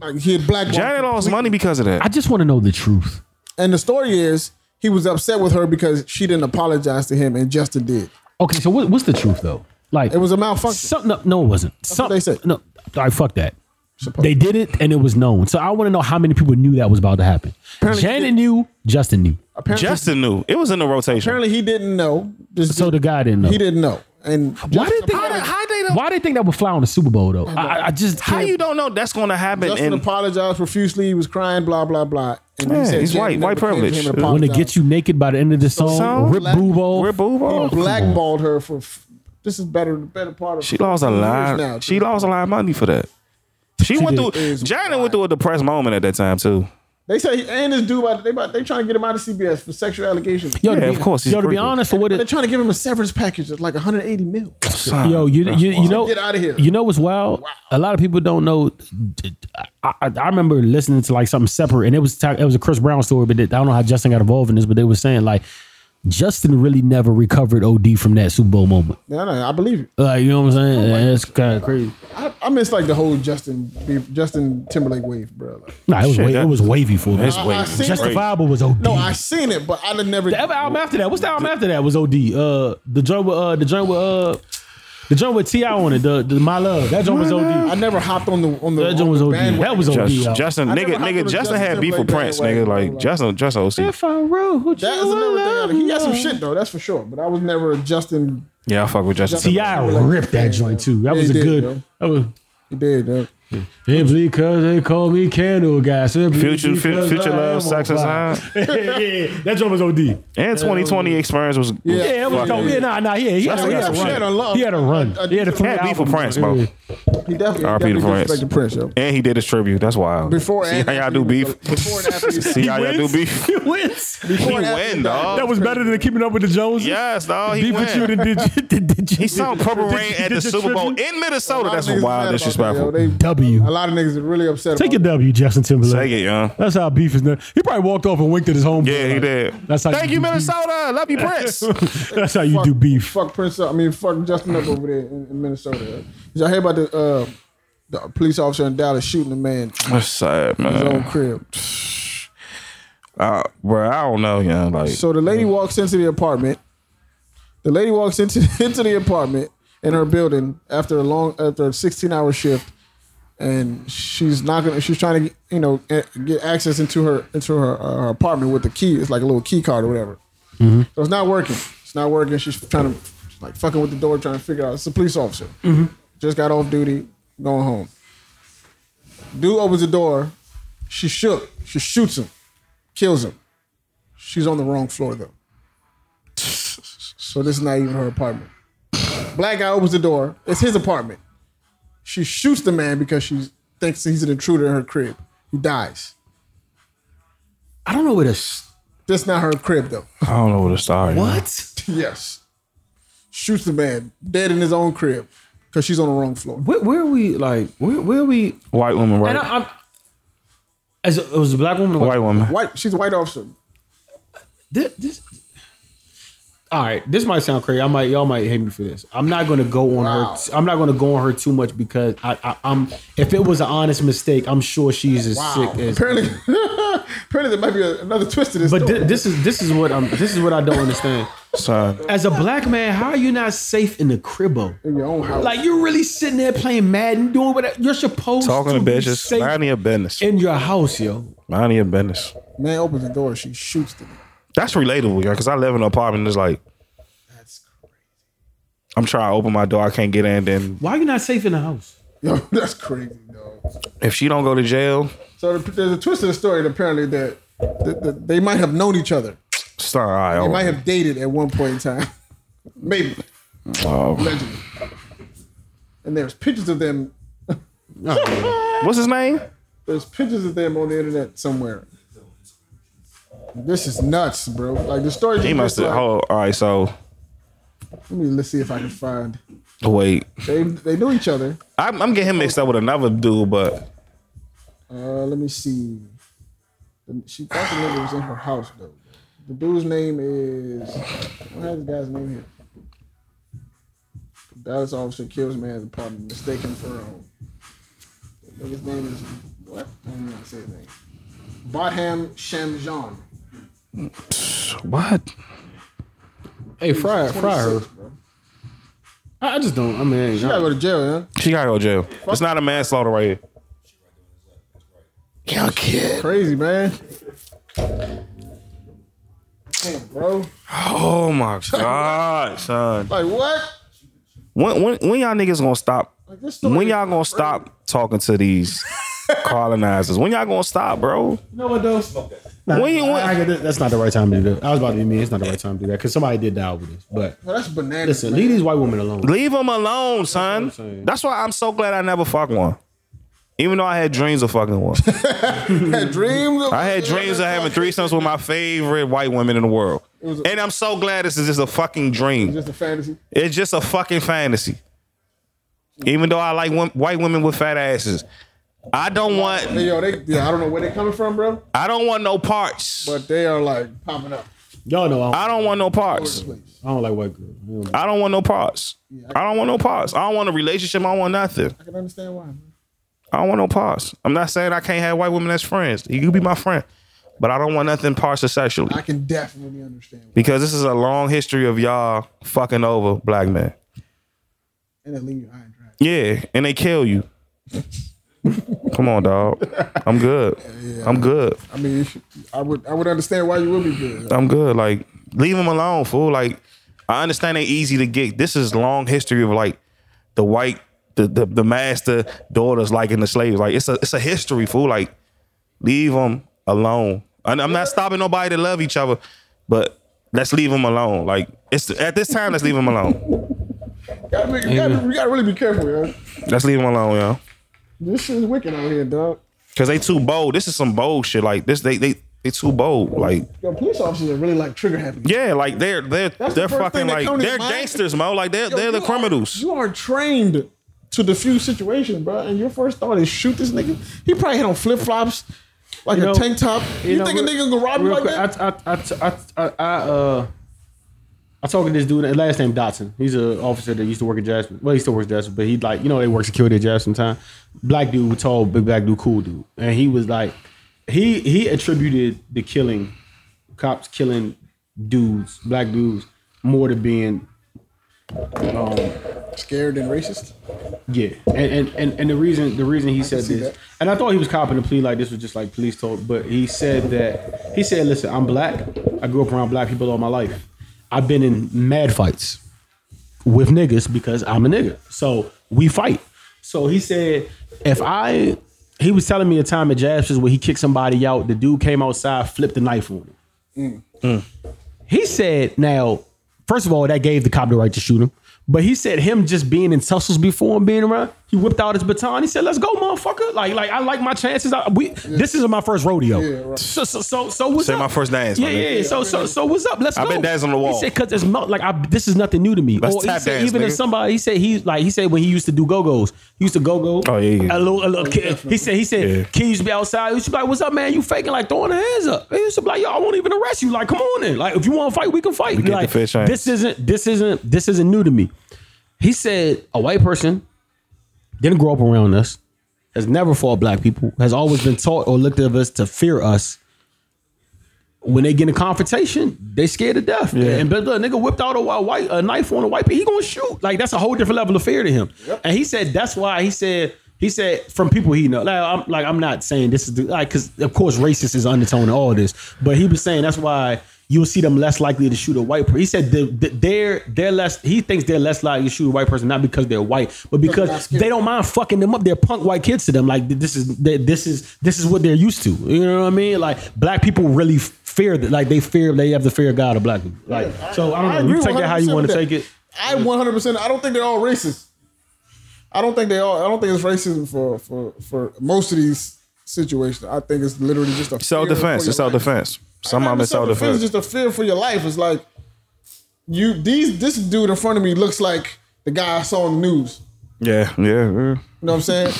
[SPEAKER 3] Like, he had blackballed.
[SPEAKER 2] Janet lost money because of that.
[SPEAKER 4] I just want to know the truth.
[SPEAKER 3] And the story is he was upset with her because she didn't apologize to him, and Justin did.
[SPEAKER 4] Okay, so what, what's the truth though? Like
[SPEAKER 3] It was a malfunction.
[SPEAKER 4] some, no, no, it wasn't. Some,
[SPEAKER 3] what they said.
[SPEAKER 4] No, all right, fuck that.
[SPEAKER 3] Supposed.
[SPEAKER 4] They did it and it was known. So I want to know how many people knew that was about to happen.
[SPEAKER 3] Apparently-
[SPEAKER 4] Janet knew, Justin knew.
[SPEAKER 3] apparently,
[SPEAKER 2] Justin knew it was in the rotation.
[SPEAKER 3] apparently he didn't know. This
[SPEAKER 4] So the guy didn't know.
[SPEAKER 3] he didn't know. And
[SPEAKER 4] Why did they?
[SPEAKER 2] How did- how they don't-
[SPEAKER 4] why did they think that would fly on the Super Bowl though? I, I- I just
[SPEAKER 2] How
[SPEAKER 4] can't-
[SPEAKER 2] you don't know that's going to happen?
[SPEAKER 3] Justin
[SPEAKER 2] And
[SPEAKER 3] apologized profusely. He was crying, blah blah blah. And
[SPEAKER 2] Yeah, he's
[SPEAKER 3] Janet
[SPEAKER 2] white,
[SPEAKER 3] never
[SPEAKER 2] white
[SPEAKER 3] came to him
[SPEAKER 2] privilege.
[SPEAKER 3] and
[SPEAKER 2] When they
[SPEAKER 4] want to
[SPEAKER 3] apologized.
[SPEAKER 4] get you naked by the end of this song?
[SPEAKER 2] song?
[SPEAKER 4] Rip
[SPEAKER 3] Black-
[SPEAKER 4] Bubo.
[SPEAKER 2] we're
[SPEAKER 3] He
[SPEAKER 2] boo
[SPEAKER 3] blackballed her for. f- This is better. The better part of.
[SPEAKER 2] She lost a
[SPEAKER 3] years
[SPEAKER 2] lot.
[SPEAKER 3] now.
[SPEAKER 2] she lost a lot of money for that. She, went
[SPEAKER 4] did.
[SPEAKER 2] through.
[SPEAKER 3] Is
[SPEAKER 2] Janet
[SPEAKER 3] wild.
[SPEAKER 2] went through a depressed moment at that time too.
[SPEAKER 3] They say he, and this dude about they about they trying to get him out of CBS for sexual allegations.
[SPEAKER 4] Yo, to
[SPEAKER 2] Yeah,
[SPEAKER 4] be-
[SPEAKER 2] of course, he's
[SPEAKER 4] Yo, to be
[SPEAKER 2] crooked.
[SPEAKER 4] honest, for what
[SPEAKER 3] They're
[SPEAKER 4] it,
[SPEAKER 3] trying to give him a severance package of like 180 mil.
[SPEAKER 2] Son,
[SPEAKER 4] yo, you you, you know,
[SPEAKER 3] Get outta here.
[SPEAKER 4] You know what's wild? A lot of people don't know. I, I, I remember listening to like something separate, and it was ta- it was a Chris Brown story, but it, I don't know how Justin got involved in this, but they were saying like Justin really never recovered OD from that Super Bowl moment.
[SPEAKER 3] No, no, I believe it.
[SPEAKER 4] Like you know what I'm saying? That's kind of crazy.
[SPEAKER 3] I, I miss like the whole Justin Justin Timberlake wave, bro. Like,
[SPEAKER 4] Nah, it was
[SPEAKER 2] Shit,
[SPEAKER 4] wa-
[SPEAKER 2] that-
[SPEAKER 4] it was wavy for me.
[SPEAKER 2] It's way
[SPEAKER 3] I seen
[SPEAKER 2] crazy.
[SPEAKER 4] Justifiable was OD.
[SPEAKER 3] no, I seen it, but I done never.
[SPEAKER 4] The album after that. What's the album after that was OD. Uh, the joint with uh, the joint with uh, the joint with Ti on it. The, the My Love. That joint was
[SPEAKER 3] I
[SPEAKER 4] OD.
[SPEAKER 3] never hopped on the on the.
[SPEAKER 4] That
[SPEAKER 3] on
[SPEAKER 4] joint was
[SPEAKER 3] the
[SPEAKER 4] OD.
[SPEAKER 3] bandwagon.
[SPEAKER 4] That was OD.
[SPEAKER 2] Just-
[SPEAKER 4] y'all.
[SPEAKER 2] Justin,
[SPEAKER 3] I never
[SPEAKER 2] nigga,
[SPEAKER 3] hopped on
[SPEAKER 2] nigga,
[SPEAKER 3] the
[SPEAKER 2] Justin
[SPEAKER 3] Justin
[SPEAKER 2] had beef with
[SPEAKER 3] Timberlake
[SPEAKER 2] Prince,
[SPEAKER 3] bandwagon,
[SPEAKER 2] nigga. Like
[SPEAKER 3] bro.
[SPEAKER 2] Justin, Justin OC.
[SPEAKER 4] If I wrote you
[SPEAKER 3] That is another thing.
[SPEAKER 4] love,
[SPEAKER 3] Like, he got some shit though. That's for sure. But I was never a Justin.
[SPEAKER 2] Yeah, I fuck with Justin.
[SPEAKER 4] Ti
[SPEAKER 2] Timberlake.
[SPEAKER 4] ripped that joint too. That
[SPEAKER 3] Yeah,
[SPEAKER 4] was a
[SPEAKER 3] he did,
[SPEAKER 4] good.
[SPEAKER 3] bro.
[SPEAKER 4] That was.
[SPEAKER 3] He did. though.
[SPEAKER 4] Simply because they call me candle guy. Simply
[SPEAKER 2] Future, fu-
[SPEAKER 4] because
[SPEAKER 2] future
[SPEAKER 4] I
[SPEAKER 2] love,
[SPEAKER 4] am
[SPEAKER 2] sex
[SPEAKER 4] on
[SPEAKER 2] and
[SPEAKER 4] fire.
[SPEAKER 2] Sound.
[SPEAKER 4] yeah, that joint was OD. Yeah,
[SPEAKER 2] and 2020 experience was.
[SPEAKER 3] Yeah.
[SPEAKER 2] was
[SPEAKER 4] it was
[SPEAKER 2] fucking-
[SPEAKER 4] dope. Yeah, nah, nah, yeah. He had,
[SPEAKER 2] Justin
[SPEAKER 4] he
[SPEAKER 2] got
[SPEAKER 4] had,
[SPEAKER 2] some shit.
[SPEAKER 4] a
[SPEAKER 3] I
[SPEAKER 4] run.
[SPEAKER 3] love-
[SPEAKER 4] He had a run. He had a full
[SPEAKER 2] Had beef with
[SPEAKER 4] album.
[SPEAKER 2] Prince, bro.
[SPEAKER 4] Yeah.
[SPEAKER 3] He definitely.
[SPEAKER 2] R.I.P. to
[SPEAKER 3] definitely
[SPEAKER 2] Prince.
[SPEAKER 3] disrespected Prince. yo.
[SPEAKER 2] And he did his tribute. That's wild.
[SPEAKER 3] Before
[SPEAKER 2] See
[SPEAKER 3] and
[SPEAKER 2] how y'all
[SPEAKER 3] after
[SPEAKER 2] do
[SPEAKER 3] he was-
[SPEAKER 2] beef.
[SPEAKER 3] Before and after he-
[SPEAKER 2] See how y'all do
[SPEAKER 4] wins.
[SPEAKER 2] beef.
[SPEAKER 4] He wins.
[SPEAKER 2] He
[SPEAKER 3] and after
[SPEAKER 2] win,
[SPEAKER 3] he died.
[SPEAKER 2] dog.
[SPEAKER 4] That was better than keeping up with the Joneses.
[SPEAKER 2] Yes, dog. Oh, He
[SPEAKER 4] Deep with you
[SPEAKER 2] win.
[SPEAKER 4] than did you. Did, did you
[SPEAKER 2] He sung Purple Rain at the Super Bowl in
[SPEAKER 3] A
[SPEAKER 2] Minnesota.
[SPEAKER 3] lot of
[SPEAKER 2] That's
[SPEAKER 3] niggas mad
[SPEAKER 2] wild
[SPEAKER 3] about
[SPEAKER 2] disrespectful.
[SPEAKER 3] that, yo. They-
[SPEAKER 4] W.
[SPEAKER 3] A lot of niggas are really upset.
[SPEAKER 4] Take
[SPEAKER 3] about
[SPEAKER 4] a W, Justin Timberlake.
[SPEAKER 2] Take it, young.
[SPEAKER 4] That's how beef is done. He probably walked off and winked at his home.
[SPEAKER 2] Yeah, he did.
[SPEAKER 4] That's how
[SPEAKER 2] Thank
[SPEAKER 4] you
[SPEAKER 2] you,
[SPEAKER 4] do beef.
[SPEAKER 2] Minnesota. Love you, Prince.
[SPEAKER 4] That's how you
[SPEAKER 3] fuck,
[SPEAKER 4] do beef.
[SPEAKER 3] Fuck Prince up. I mean, fuck Justin up over there in, in Minnesota. Did y'all hear about the, uh, the police officer in Dallas shooting a man in
[SPEAKER 2] That's sad,
[SPEAKER 3] his
[SPEAKER 2] man.
[SPEAKER 3] own crib?
[SPEAKER 2] Uh, bro, I don't know, young. Like,
[SPEAKER 3] So the lady walks into the apartment. The lady walks into into the apartment in her building after a long after a 16 hour shift, and she's knocking. She's trying to you know eh, get access into her into her, uh, her apartment with the key. It's like a little key card or whatever. So it's not working. It's not working. She's trying to like fucking with the door, trying to figure out. It's a police officer. Just got off duty, going home. Dude opens the door. She shook. She shoots him, kills him. She's on the wrong floor though. So this is not even her apartment. Black guy opens the door. It's his apartment. She shoots the man because she thinks he's an intruder in her crib. He dies.
[SPEAKER 4] I don't know where this.
[SPEAKER 3] That's not her crib though.
[SPEAKER 2] I don't know where to start. young.
[SPEAKER 4] What?
[SPEAKER 3] yes. Shoots the man dead in his own crib because she's on the wrong floor.
[SPEAKER 4] Where, where are we? Like, where, where are we?
[SPEAKER 2] White woman,
[SPEAKER 4] And
[SPEAKER 2] right?
[SPEAKER 4] I, I'm. As a, it was a black woman. or
[SPEAKER 2] White woman.
[SPEAKER 3] White. She's a white officer.
[SPEAKER 4] This, this, all right, this might sound crazy. I might y'all might hate me for this. I'm not gonna go on
[SPEAKER 3] Wow.
[SPEAKER 4] her. I'm not gonna go on her too much because I, I, I'm. If it was an honest mistake, I'm sure she's as
[SPEAKER 3] Wow.
[SPEAKER 4] sick as.
[SPEAKER 3] Apparently, apparently there might be a, another twist to this.
[SPEAKER 4] But
[SPEAKER 3] story.
[SPEAKER 4] thi- this is this is what I'm. This is what I don't understand.
[SPEAKER 2] Son.
[SPEAKER 4] As a black man, how are you not safe in the cribbo?
[SPEAKER 3] in your own house.
[SPEAKER 4] Like you're really sitting there playing Madden, doing whatever. You're supposed
[SPEAKER 2] Talking
[SPEAKER 4] to
[SPEAKER 2] to
[SPEAKER 4] be
[SPEAKER 2] bitches.
[SPEAKER 4] safe
[SPEAKER 2] Mind your business.
[SPEAKER 4] in your house, yo.
[SPEAKER 2] Mind your business.
[SPEAKER 3] man opens the door. She shoots the man.
[SPEAKER 2] That's relatable, yeah, because I live in an apartment. It's like,
[SPEAKER 3] That's
[SPEAKER 2] I'm trying to open my door. I can't get in. Then
[SPEAKER 4] Why are you not safe in the house?
[SPEAKER 3] Yo, that's crazy, dog.
[SPEAKER 2] if she don't go to jail,
[SPEAKER 3] So the, there's a twist of the story. that Apparently, that, that, that they might have known each other.
[SPEAKER 2] son, all right, oh,
[SPEAKER 3] They
[SPEAKER 2] all
[SPEAKER 3] might
[SPEAKER 2] right.
[SPEAKER 3] have dated at one point in time, maybe
[SPEAKER 2] Oh.
[SPEAKER 3] allegedly. And there's pictures of them.
[SPEAKER 2] What's his name?
[SPEAKER 3] There's pictures of them on the internet somewhere. This is nuts, bro. Like the story.
[SPEAKER 2] He
[SPEAKER 3] just
[SPEAKER 2] must have.
[SPEAKER 3] like-
[SPEAKER 2] Oh, all right. So
[SPEAKER 3] Let me let's see if I can find.
[SPEAKER 2] wait,
[SPEAKER 3] They they knew each other.
[SPEAKER 2] I'm, I'm getting him mixed up with another dude, but
[SPEAKER 3] Uh, let me see. She thought the nigga was in her house though. The dude's name is. I don't have the guy's name here. Dallas officer kills man's apartment, mistaken for um, her home. The nigga's name is what? I don't know how to say his name. Botham Shamjean.
[SPEAKER 2] what?
[SPEAKER 4] Hey, fry, fry her.
[SPEAKER 3] 26, bro.
[SPEAKER 4] I I just don't. I mean,
[SPEAKER 3] You
[SPEAKER 4] I-
[SPEAKER 3] gotta go to jail, huh?
[SPEAKER 2] She gotta go to jail. It's not a manslaughter right here. Young kid.
[SPEAKER 3] Crazy, man. Damn, bro.
[SPEAKER 2] Oh my god, son.
[SPEAKER 3] Like what?
[SPEAKER 2] When when when y'all niggas gonna stop?
[SPEAKER 3] Like, this story
[SPEAKER 2] When
[SPEAKER 3] is
[SPEAKER 2] y'all gonna
[SPEAKER 3] crazy.
[SPEAKER 2] stop talking to these colonizers? When y'all gonna stop, bro?
[SPEAKER 4] You know what though?
[SPEAKER 2] Nah, When you I- want- I
[SPEAKER 4] that's not the right time to do. I was about to be me. It's not the right time to do that because somebody did die over this. But
[SPEAKER 3] Well, that's bananas.
[SPEAKER 4] listen,
[SPEAKER 3] man.
[SPEAKER 4] leave these white women alone.
[SPEAKER 2] Leave them alone, son.
[SPEAKER 4] saying.
[SPEAKER 2] That's why I'm so glad I never fucked one. Even though I had dreams of fucking one.
[SPEAKER 3] had dreams. Of,
[SPEAKER 2] I had dreams of having threesomes with my favorite white women in the world.
[SPEAKER 3] was a-
[SPEAKER 2] and I'm so glad this is just a fucking dream.
[SPEAKER 3] Just a fantasy.
[SPEAKER 2] It's just a fucking fantasy. Even though I like wom- white women with fat asses, I don't want
[SPEAKER 3] Hey, yo, they. Yeah, I don't know where they coming from, bro.
[SPEAKER 2] I don't want no parts.
[SPEAKER 3] But they are like popping up.
[SPEAKER 4] Y'all know I don't,
[SPEAKER 2] I
[SPEAKER 4] I
[SPEAKER 2] don't want no parts.
[SPEAKER 3] Please.
[SPEAKER 4] don't like white girls. I don't like-
[SPEAKER 2] I don't want no parts. I don't want no parts. I don't want a relationship. I don't want nothing.
[SPEAKER 3] I can understand why. Man.
[SPEAKER 2] I don't want no parts. I'm not saying I can't have white women as friends. You can be my friend, but I don't want nothing parts sexually
[SPEAKER 3] I can definitely understand why.
[SPEAKER 2] because this is a long history of y'all fucking over black men.
[SPEAKER 3] And they leave you high and dry.
[SPEAKER 2] Yeah, and they kill you. Come on, dog. I'm good. I'm good.
[SPEAKER 3] I mean, you should- I would. I would understand why you would be good.
[SPEAKER 2] I'm good. Like, leave them alone, fool. Like, I understand they easy to get. This is long history of like the white, the the, the master daughters liking the slaves. Like, it's a it's a history, fool. Like, leave them alone. And I'm not stopping nobody to love each other, but let's leave them alone. Like, it's at this time, let's leave them alone.
[SPEAKER 3] You gotta, be- you gotta, you gotta really be careful, yo.
[SPEAKER 2] Let's leave them alone, yo.
[SPEAKER 3] This shit is wicked out here, dog.
[SPEAKER 2] Cause they too bold. This is some bold shit. Like this, they they they too bold. Like.
[SPEAKER 3] Yo, police officers are really like trigger happy.
[SPEAKER 2] Yeah, like they're they're
[SPEAKER 3] That's the
[SPEAKER 2] they're
[SPEAKER 3] first
[SPEAKER 2] fucking
[SPEAKER 3] thing that
[SPEAKER 2] like
[SPEAKER 3] come to
[SPEAKER 2] they're
[SPEAKER 3] mind.
[SPEAKER 2] gangsters, mo. Like they're
[SPEAKER 3] Yo,
[SPEAKER 2] they're the
[SPEAKER 3] you are-
[SPEAKER 2] criminals.
[SPEAKER 3] you are trained to defuse situations, bro. And your first thought is shoot this nigga. He probably hit on flip flops, like
[SPEAKER 4] You know-
[SPEAKER 3] a tank top. You,
[SPEAKER 4] know,
[SPEAKER 3] think a
[SPEAKER 4] real-
[SPEAKER 3] nigga gonna rob you
[SPEAKER 4] real
[SPEAKER 3] like
[SPEAKER 4] quick,
[SPEAKER 3] that?
[SPEAKER 4] I, I, I, I, I, I, uh, I talked to this dude. His last name Dotson. He's an officer that used to work at Jasmine. Well, he still works at Jasmine, but he like you know they work security at Jasmine time. Black dude, tall, big black dude, cool dude, and he was like, he he attributed the killing, cops killing dudes, black dudes, more to being
[SPEAKER 3] Scared and racist.
[SPEAKER 4] Yeah, and and, and, and the reason the reason he said
[SPEAKER 3] see
[SPEAKER 4] this,
[SPEAKER 3] that.
[SPEAKER 4] and I thought he was copping the plea like this was just like police talk, but he said that he said, "Listen, I'm black. I grew up around black people all my life. I've been in mad fights with niggas because I'm a nigga. So we fight. So he said, if I, he was telling me a time at Jasper's where he kicked somebody out. The dude came outside, flipped the knife on him. He said, now, first of all, that gave the cop the right to shoot him. But he said him just being in tussles before and being around, he whipped out his baton. He said, "Let's go, motherfucker! Like, like I like my chances. I, we, This isn't my first rodeo.
[SPEAKER 3] right.
[SPEAKER 4] so, so, so, so what's
[SPEAKER 2] Say
[SPEAKER 4] up?
[SPEAKER 2] my first dance, my
[SPEAKER 4] Yeah, yeah,
[SPEAKER 2] nigga.
[SPEAKER 4] yeah. So, so, so what's up? Let's
[SPEAKER 2] I've
[SPEAKER 4] go.
[SPEAKER 2] been dancing on the wall.
[SPEAKER 4] He said, "Cause it's melt. Like, I, this is nothing new to me.
[SPEAKER 2] Let's
[SPEAKER 4] or he
[SPEAKER 2] tap
[SPEAKER 4] said,
[SPEAKER 2] dance,
[SPEAKER 4] even if
[SPEAKER 2] nigga.
[SPEAKER 4] somebody, he said he like he said when he used to do go go's, he used to go go.
[SPEAKER 2] Oh, yeah, yeah.
[SPEAKER 4] A little, a little kid. He said he said
[SPEAKER 2] Yeah.
[SPEAKER 4] kid used to be outside. He used to be like, "What's up, man? You faking? Like throwing the hands up." He used to be like, "Yo, I won't even arrest you. Like, come on in. Like, if you want to fight, we can fight.
[SPEAKER 2] get the
[SPEAKER 4] like,
[SPEAKER 2] fair chance.
[SPEAKER 4] this isn't this isn't this isn't new to me." He said a white person didn't grow up around us, has never fought black people, has always been taught or looked at us to fear us. When they get in confrontation, they scared to death. And blah, blah, nigga whipped out a wi- white a knife on a white, pe- he gonna shoot. Like that's a whole different level of fear to him. And he said that's why he said he said from people he know. Like I'm like I'm not saying this is the, like because of course racist is undertone to all this, but he was saying that's why you'll see them less likely to shoot a white person. He said the, the, they're they're less. He thinks they're less likely to shoot a white person not because they're white, but because
[SPEAKER 3] scared.
[SPEAKER 4] they don't mind fucking them up. They're punk white kids to them. Like this is they, this is this is what they're used to. You know what I mean? Like black people really f- fear that. Like they fear they have the fear of God of black people. Like so I don't know. You
[SPEAKER 3] agree
[SPEAKER 4] take that how you
[SPEAKER 3] 100%
[SPEAKER 4] want to
[SPEAKER 3] with
[SPEAKER 4] take
[SPEAKER 3] that.
[SPEAKER 4] it.
[SPEAKER 3] I 100. percent I don't think they're all racist. I don't think they all. I don't think it's racism for for for most of these situations. I think it's literally just a fear
[SPEAKER 2] Self defense.
[SPEAKER 3] for your
[SPEAKER 2] It's self
[SPEAKER 3] life.
[SPEAKER 2] defense. Some of them is self
[SPEAKER 3] Self-defense
[SPEAKER 2] defense.
[SPEAKER 3] is just a fear for your life. It's like you these this dude in front of me looks like the guy I saw on the news.
[SPEAKER 2] Yeah, yeah, yeah.
[SPEAKER 3] You know what I'm saying?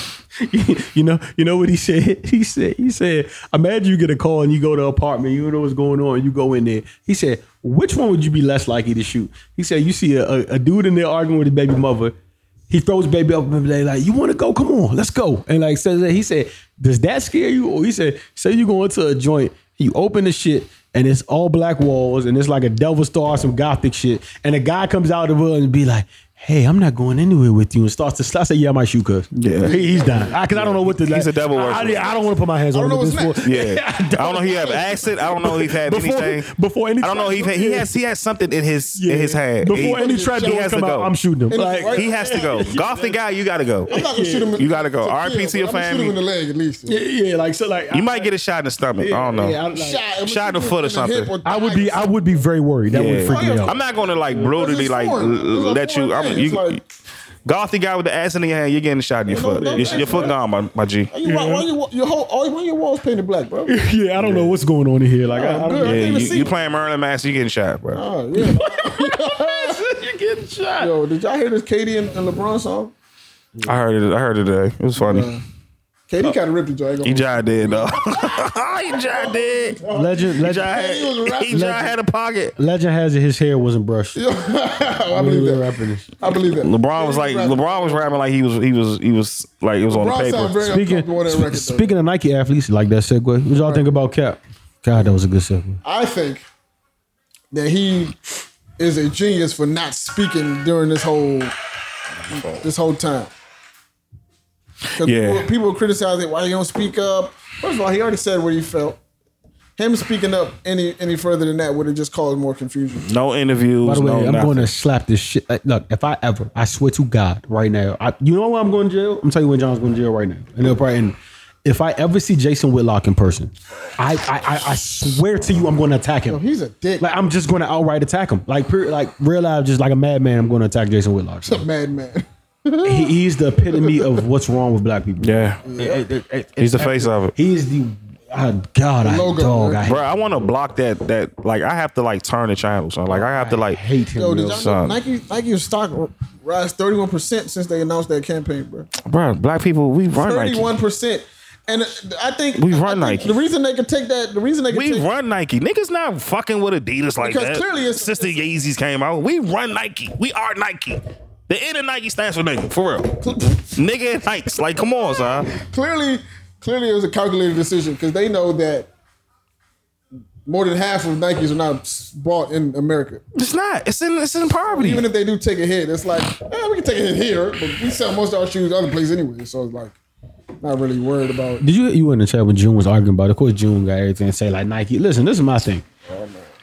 [SPEAKER 4] you know, you know what he said? He said, he said, imagine you get a call and you go to an apartment, you don't know what's going on, you go in there. He said, which one would you be less likely to shoot? He said, you see a, a, a dude in there arguing with his baby mother. He throws baby up and they like, you want to go? Come on, let's go. And like says that he said, does that scare you? Or he said, say you go into a joint, you open the shit. And it's all black walls, and it's like a devil star, some gothic shit. And a guy comes out of it and be like, hey, I'm not going anywhere with you, and starts to slap. I say, yeah, I might shoot cuz.
[SPEAKER 2] Yeah.
[SPEAKER 4] He- he's dying. Because I don't know what to.
[SPEAKER 2] He's a devil
[SPEAKER 4] I, I,
[SPEAKER 2] worshiper.
[SPEAKER 4] I don't want to put my hands
[SPEAKER 3] don't
[SPEAKER 4] on him.
[SPEAKER 3] know
[SPEAKER 4] at
[SPEAKER 3] what's
[SPEAKER 4] this point.
[SPEAKER 2] Yeah, I don't know. If he have acid. I don't know. If he have
[SPEAKER 4] Before-
[SPEAKER 2] anything
[SPEAKER 4] before any
[SPEAKER 2] I don't know. If he he has he has something in his
[SPEAKER 4] Yeah.
[SPEAKER 2] in his hand.
[SPEAKER 4] Before
[SPEAKER 2] he,
[SPEAKER 4] any trap
[SPEAKER 2] he
[SPEAKER 4] door
[SPEAKER 2] has
[SPEAKER 4] come
[SPEAKER 2] to
[SPEAKER 4] out,
[SPEAKER 2] go.
[SPEAKER 4] I'm shooting him.
[SPEAKER 3] And
[SPEAKER 4] Like,
[SPEAKER 3] right-
[SPEAKER 2] he has to go. Golf the guy, you gotta go.
[SPEAKER 3] I'm not gonna shoot him. in-
[SPEAKER 2] You gotta go.
[SPEAKER 3] to
[SPEAKER 2] RIP
[SPEAKER 3] kill,
[SPEAKER 2] to your
[SPEAKER 3] but I'm gonna Shoot him in the
[SPEAKER 2] family.
[SPEAKER 3] leg at least.
[SPEAKER 4] yeah, yeah, like so, like
[SPEAKER 2] You might get a shot in the stomach. I don't know.
[SPEAKER 4] Yeah, I'm like,
[SPEAKER 3] Shot,
[SPEAKER 2] Shot in the foot or something.
[SPEAKER 4] I would be, I would be very worried. That would
[SPEAKER 2] Yeah.
[SPEAKER 4] freak me out.
[SPEAKER 2] I'm not gonna like brutally
[SPEAKER 3] it's
[SPEAKER 2] like l-
[SPEAKER 3] foreign. It's a
[SPEAKER 2] let you.
[SPEAKER 3] foreign
[SPEAKER 2] I'm
[SPEAKER 3] thing.
[SPEAKER 2] you.
[SPEAKER 3] It's like-
[SPEAKER 2] golf the guy with the ass in the hand. You're getting a shot in your
[SPEAKER 3] No,
[SPEAKER 2] foot.
[SPEAKER 3] no,
[SPEAKER 2] your, your foot gone, my, my G.
[SPEAKER 3] You, why, why you, your whole, all, why your walls painted black, bro?
[SPEAKER 4] yeah, I don't know what's going on in here. Like, I, I
[SPEAKER 3] good.
[SPEAKER 4] don't,
[SPEAKER 2] Yeah,
[SPEAKER 3] even
[SPEAKER 2] you,
[SPEAKER 3] see
[SPEAKER 2] you
[SPEAKER 3] it.
[SPEAKER 2] playing Merlin Mass, you getting shot, bro.
[SPEAKER 3] Oh, yeah.
[SPEAKER 4] you're getting shot.
[SPEAKER 3] Yo, did y'all hear this Katie and, and LeBron song?
[SPEAKER 2] I heard it. I heard it today. It was funny.
[SPEAKER 3] Katie kind of ripped it, Joe. I ain't
[SPEAKER 2] He
[SPEAKER 3] gonna-
[SPEAKER 2] jive dead though. he jive dead. He
[SPEAKER 4] Legend, legend,
[SPEAKER 2] jive E had,
[SPEAKER 3] He was a rapper.
[SPEAKER 2] he jive had a pocket.
[SPEAKER 4] legend has it. His hair wasn't brushed.
[SPEAKER 3] I
[SPEAKER 4] When
[SPEAKER 3] believe
[SPEAKER 4] we were
[SPEAKER 3] that.
[SPEAKER 4] rapping this.
[SPEAKER 3] I believe that.
[SPEAKER 2] LeBron was like
[SPEAKER 3] rapping.
[SPEAKER 2] LeBron was rapping like he was he was he was like it was on the
[SPEAKER 3] LeBron
[SPEAKER 2] paper.
[SPEAKER 3] sound very
[SPEAKER 4] Speaking,
[SPEAKER 3] uncomfortable on that
[SPEAKER 4] sp-
[SPEAKER 3] record. though.
[SPEAKER 4] speaking of Nike athletes, like that segue. What y'all think about Cap? God, that was a good segue.
[SPEAKER 3] I think that he is a genius for not speaking during this whole this whole time. 'Cause
[SPEAKER 2] Yeah.
[SPEAKER 3] people, people criticize it why he don't speak up. First of all, he already said what he felt. Him speaking up any any further than that would have just caused more confusion.
[SPEAKER 2] No interviews.
[SPEAKER 4] By the way,
[SPEAKER 2] no
[SPEAKER 4] I'm
[SPEAKER 2] nothing.
[SPEAKER 4] going to slap this shit. like, look, if I ever, I swear to God, right now, I, you know where I'm going to jail. I'm telling you when John's going to jail right now, and they'll probably. end it. if I ever see Jason Whitlock in person, I I, I, I swear to you, I'm going to attack him.
[SPEAKER 3] He's a dick,
[SPEAKER 4] Like I'm just going to outright attack him. Like per, like real life, just like a madman, I'm going to attack Jason Whitlock.
[SPEAKER 3] madman.
[SPEAKER 4] he, he's the epitome of what's wrong with black people.
[SPEAKER 2] Yeah.
[SPEAKER 4] It- it- it-
[SPEAKER 2] He's the face of it.
[SPEAKER 4] He is the ah, God. I
[SPEAKER 3] Logo,
[SPEAKER 4] dog.
[SPEAKER 3] right?
[SPEAKER 4] I
[SPEAKER 2] Bro, I want to block that that like I have to like turn the channel. So like I have to like
[SPEAKER 4] hate him.
[SPEAKER 3] Yo,
[SPEAKER 4] yo.
[SPEAKER 3] did y'all know
[SPEAKER 2] son.
[SPEAKER 3] Nike Nike's stock rise thirty one percent since they announced that campaign, bro.
[SPEAKER 2] bro, black people we run Nike.
[SPEAKER 3] Thirty-one percent. And uh, I think
[SPEAKER 2] We
[SPEAKER 3] I
[SPEAKER 2] run
[SPEAKER 3] think
[SPEAKER 2] Nike.
[SPEAKER 3] The reason they could take that, the reason they could
[SPEAKER 2] We
[SPEAKER 3] take,
[SPEAKER 2] run Nike. Niggas not fucking with Adidas like
[SPEAKER 3] Because
[SPEAKER 2] that.
[SPEAKER 3] clearly it's-
[SPEAKER 2] since the Yeezys came out, we run Nike. We are Nike. The N of Nike stands for nigga, for real. nigga and Nikes. Like, come on, son.
[SPEAKER 3] clearly, clearly it was a calculated decision because they know that more than half of Nikes are not s- bought in America.
[SPEAKER 2] It's not. It's in it's in poverty.
[SPEAKER 3] Even if they do take a hit, it's like eh, we can take a hit here, but we sell most of our shoes other places anyway. So it's like not really worried about.
[SPEAKER 4] Did you you were in the chat when June was arguing about? It. Of course, June got everything to say like Nike. Listen, this is my thing.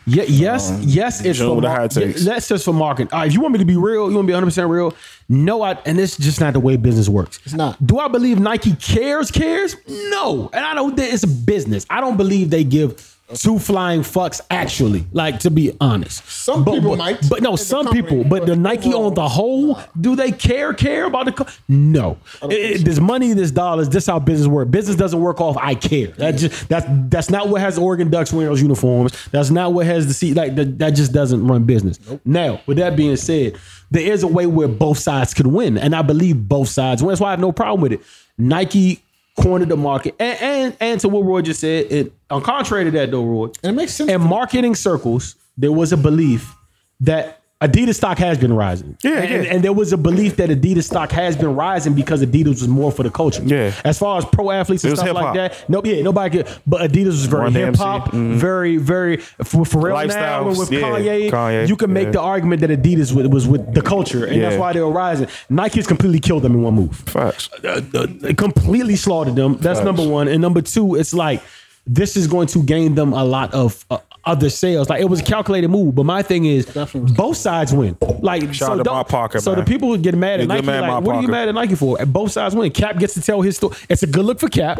[SPEAKER 4] Yeah, yes, yes, it's
[SPEAKER 2] Um, June
[SPEAKER 4] for
[SPEAKER 2] with the high
[SPEAKER 4] mar-
[SPEAKER 2] takes.
[SPEAKER 4] yeah, that's just for marketing. All right, if you want me to be real, you want to be 100 percent real. No, I and it's just not the way business works. It's
[SPEAKER 3] not.
[SPEAKER 4] Do I believe Nike cares? Cares? No, and I don't. think It's a business. I don't believe they give two flying fucks. Actually, like to be honest,
[SPEAKER 3] Some
[SPEAKER 4] But-
[SPEAKER 3] people
[SPEAKER 4] but-
[SPEAKER 3] might,
[SPEAKER 4] but no,
[SPEAKER 3] as a
[SPEAKER 4] some
[SPEAKER 3] company,
[SPEAKER 4] people. But
[SPEAKER 3] but
[SPEAKER 4] the Nike on the
[SPEAKER 3] overall,
[SPEAKER 4] whole, do they care? Care about the? Co- no, It- it- there's money, there's dollars. This how business work. Business doesn't work off I care. That just that's that's not what has Oregon Ducks wearing those uniforms. That's not what has the seat like that. That just doesn't run business. Now, with that being said, there is a way where both sides could win, and I believe both sides. win. That's why I have no problem with it. Nike cornered the market, and and, and to what Roy just said, it on contrary to that though, Roy,
[SPEAKER 3] And it makes sense.
[SPEAKER 4] in marketing circles, there was a belief that Adidas stock has been rising.
[SPEAKER 2] Yeah,
[SPEAKER 4] and,
[SPEAKER 2] yeah.
[SPEAKER 4] and there was a belief that Adidas stock has been rising because Adidas was more for the culture.
[SPEAKER 2] Yeah.
[SPEAKER 4] As far as pro athletes and
[SPEAKER 2] was
[SPEAKER 4] stuff like
[SPEAKER 2] hip-hop.
[SPEAKER 4] that, nope, yeah, nobody could. But Adidas was very
[SPEAKER 2] Run DMC,
[SPEAKER 4] hip hop, very, very for Pharrell now and
[SPEAKER 2] Mm-hmm. Lifestyles,
[SPEAKER 4] with
[SPEAKER 2] yeah,
[SPEAKER 4] Kanye,
[SPEAKER 2] Kanye,
[SPEAKER 4] You can make
[SPEAKER 2] yeah.
[SPEAKER 4] the argument that Adidas was, was with the culture, and that's
[SPEAKER 2] Yeah.
[SPEAKER 4] why they were rising. Nike's completely killed them in one move
[SPEAKER 2] Facts.
[SPEAKER 4] uh, uh, completely slaughtered them. That's number one. And number two, it's like this is going to gain them a lot of uh, other sales. Like it was a calculated move. But my thing is, both sides win.
[SPEAKER 2] Shout
[SPEAKER 4] Like
[SPEAKER 2] out
[SPEAKER 4] so
[SPEAKER 2] to
[SPEAKER 4] don't-
[SPEAKER 2] Bob Parker,
[SPEAKER 4] So
[SPEAKER 2] man.
[SPEAKER 4] the people who get mad at
[SPEAKER 2] You're a
[SPEAKER 4] Nike.
[SPEAKER 2] good man,
[SPEAKER 4] like,
[SPEAKER 2] Bob
[SPEAKER 4] what are you
[SPEAKER 2] Parker.
[SPEAKER 4] mad at Nike for? And both sides win. Cap gets to tell his story. It's a good look for Cap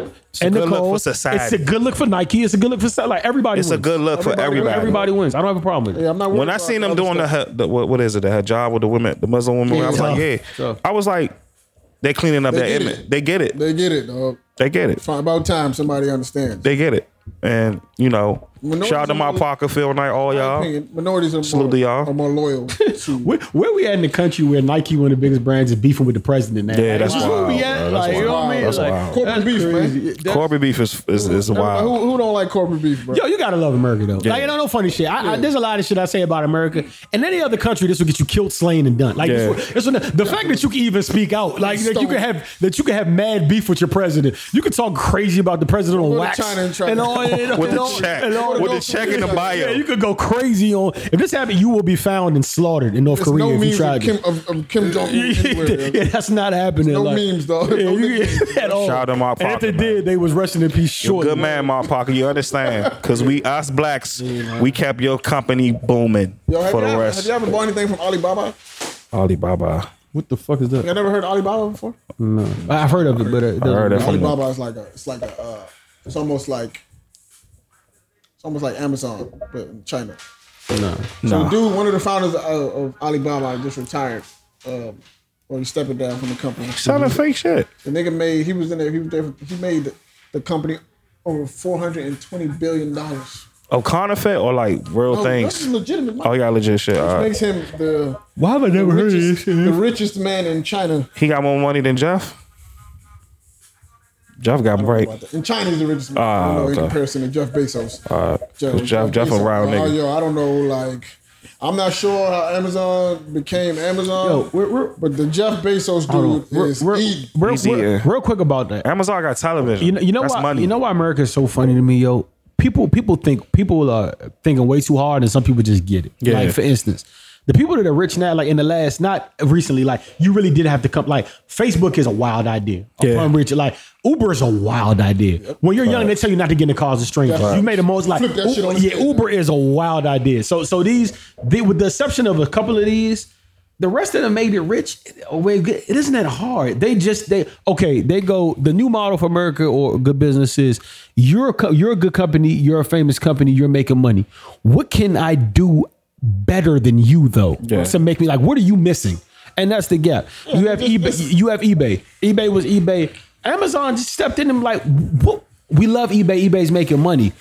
[SPEAKER 2] good
[SPEAKER 4] and
[SPEAKER 2] look
[SPEAKER 4] Nicole.
[SPEAKER 2] for society.
[SPEAKER 4] It's a good look for Nike. It's a good look for like everybody.
[SPEAKER 2] It's a
[SPEAKER 4] wins.
[SPEAKER 2] good look for everybody.
[SPEAKER 4] Everybody wins. I don't have a problem with it.
[SPEAKER 3] Yeah, I'm not worried
[SPEAKER 2] when I
[SPEAKER 3] about
[SPEAKER 2] seen them
[SPEAKER 3] other
[SPEAKER 2] doing the,
[SPEAKER 3] stuff.
[SPEAKER 2] her- the what, what is it, the hijab with the women, the Muslim woman,
[SPEAKER 3] Yeah,
[SPEAKER 2] I was
[SPEAKER 3] tough,
[SPEAKER 2] like, yeah.
[SPEAKER 4] tough.
[SPEAKER 2] I was like, they cleaning up that
[SPEAKER 3] get
[SPEAKER 2] image.
[SPEAKER 3] it.
[SPEAKER 2] They get it.
[SPEAKER 3] They get it, dog.
[SPEAKER 2] They get it.
[SPEAKER 3] Fine, About time somebody understands.
[SPEAKER 2] They get it. And you know,
[SPEAKER 3] When no
[SPEAKER 2] shout out to
[SPEAKER 3] one's
[SPEAKER 2] my
[SPEAKER 3] really-
[SPEAKER 2] Parker, Phil Knight, all y'all.
[SPEAKER 3] Opinion, minorities are
[SPEAKER 2] Salute
[SPEAKER 3] more,
[SPEAKER 2] to y'all.
[SPEAKER 3] are more loyal. to-
[SPEAKER 4] Where, where we at in the country where Nike, one of the biggest brands, is beefing with the president now?
[SPEAKER 2] Yeah, that's
[SPEAKER 4] This is where
[SPEAKER 2] wild,
[SPEAKER 4] we at.
[SPEAKER 2] wild. That's
[SPEAKER 1] Like, you know what I mean?
[SPEAKER 2] wild. That's
[SPEAKER 1] Like,
[SPEAKER 2] wild.
[SPEAKER 3] Corporate beef,
[SPEAKER 1] crazy.
[SPEAKER 3] man.
[SPEAKER 1] That's-
[SPEAKER 2] Corporate beef is is, is wild.
[SPEAKER 3] Who, who don't like corporate beef, bro?
[SPEAKER 4] Yo, you gotta love America though. Like, you know, no funny shit. I, I, there's a lot of shit I say about America. And any other country, this will get you killed, slain, and done. Like
[SPEAKER 2] Yeah.
[SPEAKER 4] this, this one, the fact that you can even speak out, like that you
[SPEAKER 3] Stone.
[SPEAKER 4] can have that you can have mad beef with your president. You can talk crazy about the president on
[SPEAKER 3] to
[SPEAKER 4] wax
[SPEAKER 3] China and try
[SPEAKER 4] and
[SPEAKER 3] to-
[SPEAKER 4] all and
[SPEAKER 2] With the
[SPEAKER 4] all-
[SPEAKER 2] check,
[SPEAKER 4] and all-
[SPEAKER 2] with the check in the
[SPEAKER 4] Yeah, you
[SPEAKER 2] bio.
[SPEAKER 4] could go crazy on. If this happened, you will be found and slaughtered in North
[SPEAKER 3] There's
[SPEAKER 4] Korea
[SPEAKER 3] no
[SPEAKER 4] if you
[SPEAKER 3] memes of
[SPEAKER 4] tried.
[SPEAKER 3] Kim,
[SPEAKER 4] it.
[SPEAKER 3] of, of Kim Jong Un anywhere.
[SPEAKER 4] yeah,
[SPEAKER 3] yo.
[SPEAKER 4] that's not happening.
[SPEAKER 3] no
[SPEAKER 4] like-
[SPEAKER 3] memes, dog.
[SPEAKER 4] Yeah,
[SPEAKER 3] No
[SPEAKER 4] you,
[SPEAKER 3] memes.
[SPEAKER 4] at all.
[SPEAKER 2] Shout out to my
[SPEAKER 4] And if they
[SPEAKER 2] partner, man.
[SPEAKER 4] did, they was resting in peace.
[SPEAKER 2] You a
[SPEAKER 4] Short,
[SPEAKER 2] good man, my pocket. You understand? Because we us blacks, we kept your company booming
[SPEAKER 3] Yo, have,
[SPEAKER 2] for
[SPEAKER 3] you
[SPEAKER 2] the
[SPEAKER 3] ever, have
[SPEAKER 2] rest.
[SPEAKER 3] you ever bought anything from Alibaba?
[SPEAKER 2] Alibaba.
[SPEAKER 4] What the fuck is that?
[SPEAKER 3] I never heard of Alibaba before.
[SPEAKER 4] I've heard of it, but uh,
[SPEAKER 2] I heard that from
[SPEAKER 3] Alibaba is like a, it's like a, uh, it's almost like, it's almost like Amazon, but in China. So,
[SPEAKER 2] Nah.
[SPEAKER 3] dude, one of the founders of, of Alibaba just retired, um, or he's stepping down from the company.
[SPEAKER 2] Selling fake shit.
[SPEAKER 3] The nigga made, he was in there, he was there, he made the, the company over four hundred and twenty billion dollars.
[SPEAKER 2] Oh, counterfeit or like real
[SPEAKER 3] That's
[SPEAKER 2] things?
[SPEAKER 3] legitimate. money.
[SPEAKER 2] Oh, you got legit shit. all right.
[SPEAKER 3] Oh, Makes him the
[SPEAKER 4] Why have I never heard of
[SPEAKER 3] richest,
[SPEAKER 4] this?
[SPEAKER 3] the richest man in China.
[SPEAKER 2] He got more money than Jeff. Jeff got right. Ah,
[SPEAKER 3] In China, he's the richest man. I don't know
[SPEAKER 2] okay.
[SPEAKER 3] in comparison to Jeff Bezos.
[SPEAKER 2] Uh, Jeff, Jeff, a
[SPEAKER 3] Bezos.
[SPEAKER 2] round
[SPEAKER 3] Oh,
[SPEAKER 2] nigga.
[SPEAKER 3] yo, I don't know. Like, I'm not sure how Amazon became Amazon.
[SPEAKER 4] Yo, we're- we're-
[SPEAKER 3] but the Jeff Bezos
[SPEAKER 4] Real,
[SPEAKER 3] dude is E. eating.
[SPEAKER 2] Easy, yeah.
[SPEAKER 4] quick about that.
[SPEAKER 2] Amazon got television.
[SPEAKER 4] You know, you know
[SPEAKER 2] That's
[SPEAKER 4] why?
[SPEAKER 2] money.
[SPEAKER 4] You know why America is so funny to me, yo. People, people think people are thinking way too hard, and some people just get it.
[SPEAKER 2] Yeah.
[SPEAKER 4] Like for instance, the people that are rich now, like in the last, not recently, like you really did have to come. Like Facebook is a wild idea.
[SPEAKER 2] Yeah.
[SPEAKER 4] Upon rich, like Uber is a wild idea. When you're young, they tell you not to get in the cars with strangers. You made the most like
[SPEAKER 3] Flip that shit on
[SPEAKER 4] Uber,
[SPEAKER 3] its
[SPEAKER 4] yeah,
[SPEAKER 3] head.
[SPEAKER 4] Uber is a wild idea. So, so these, they, with the exception of a couple of these. The rest of them made it rich. Away, It isn't that hard. They just they okay. They go the new model for America or good business is you're a, co- you're a good company. You're a famous company. You're making money. What can I do better than you though to make me like? What are you missing? And that's the gap. You have eBay. You have eBay. eBay was eBay. Amazon just stepped in and like, what? we love eBay. eBay's making money.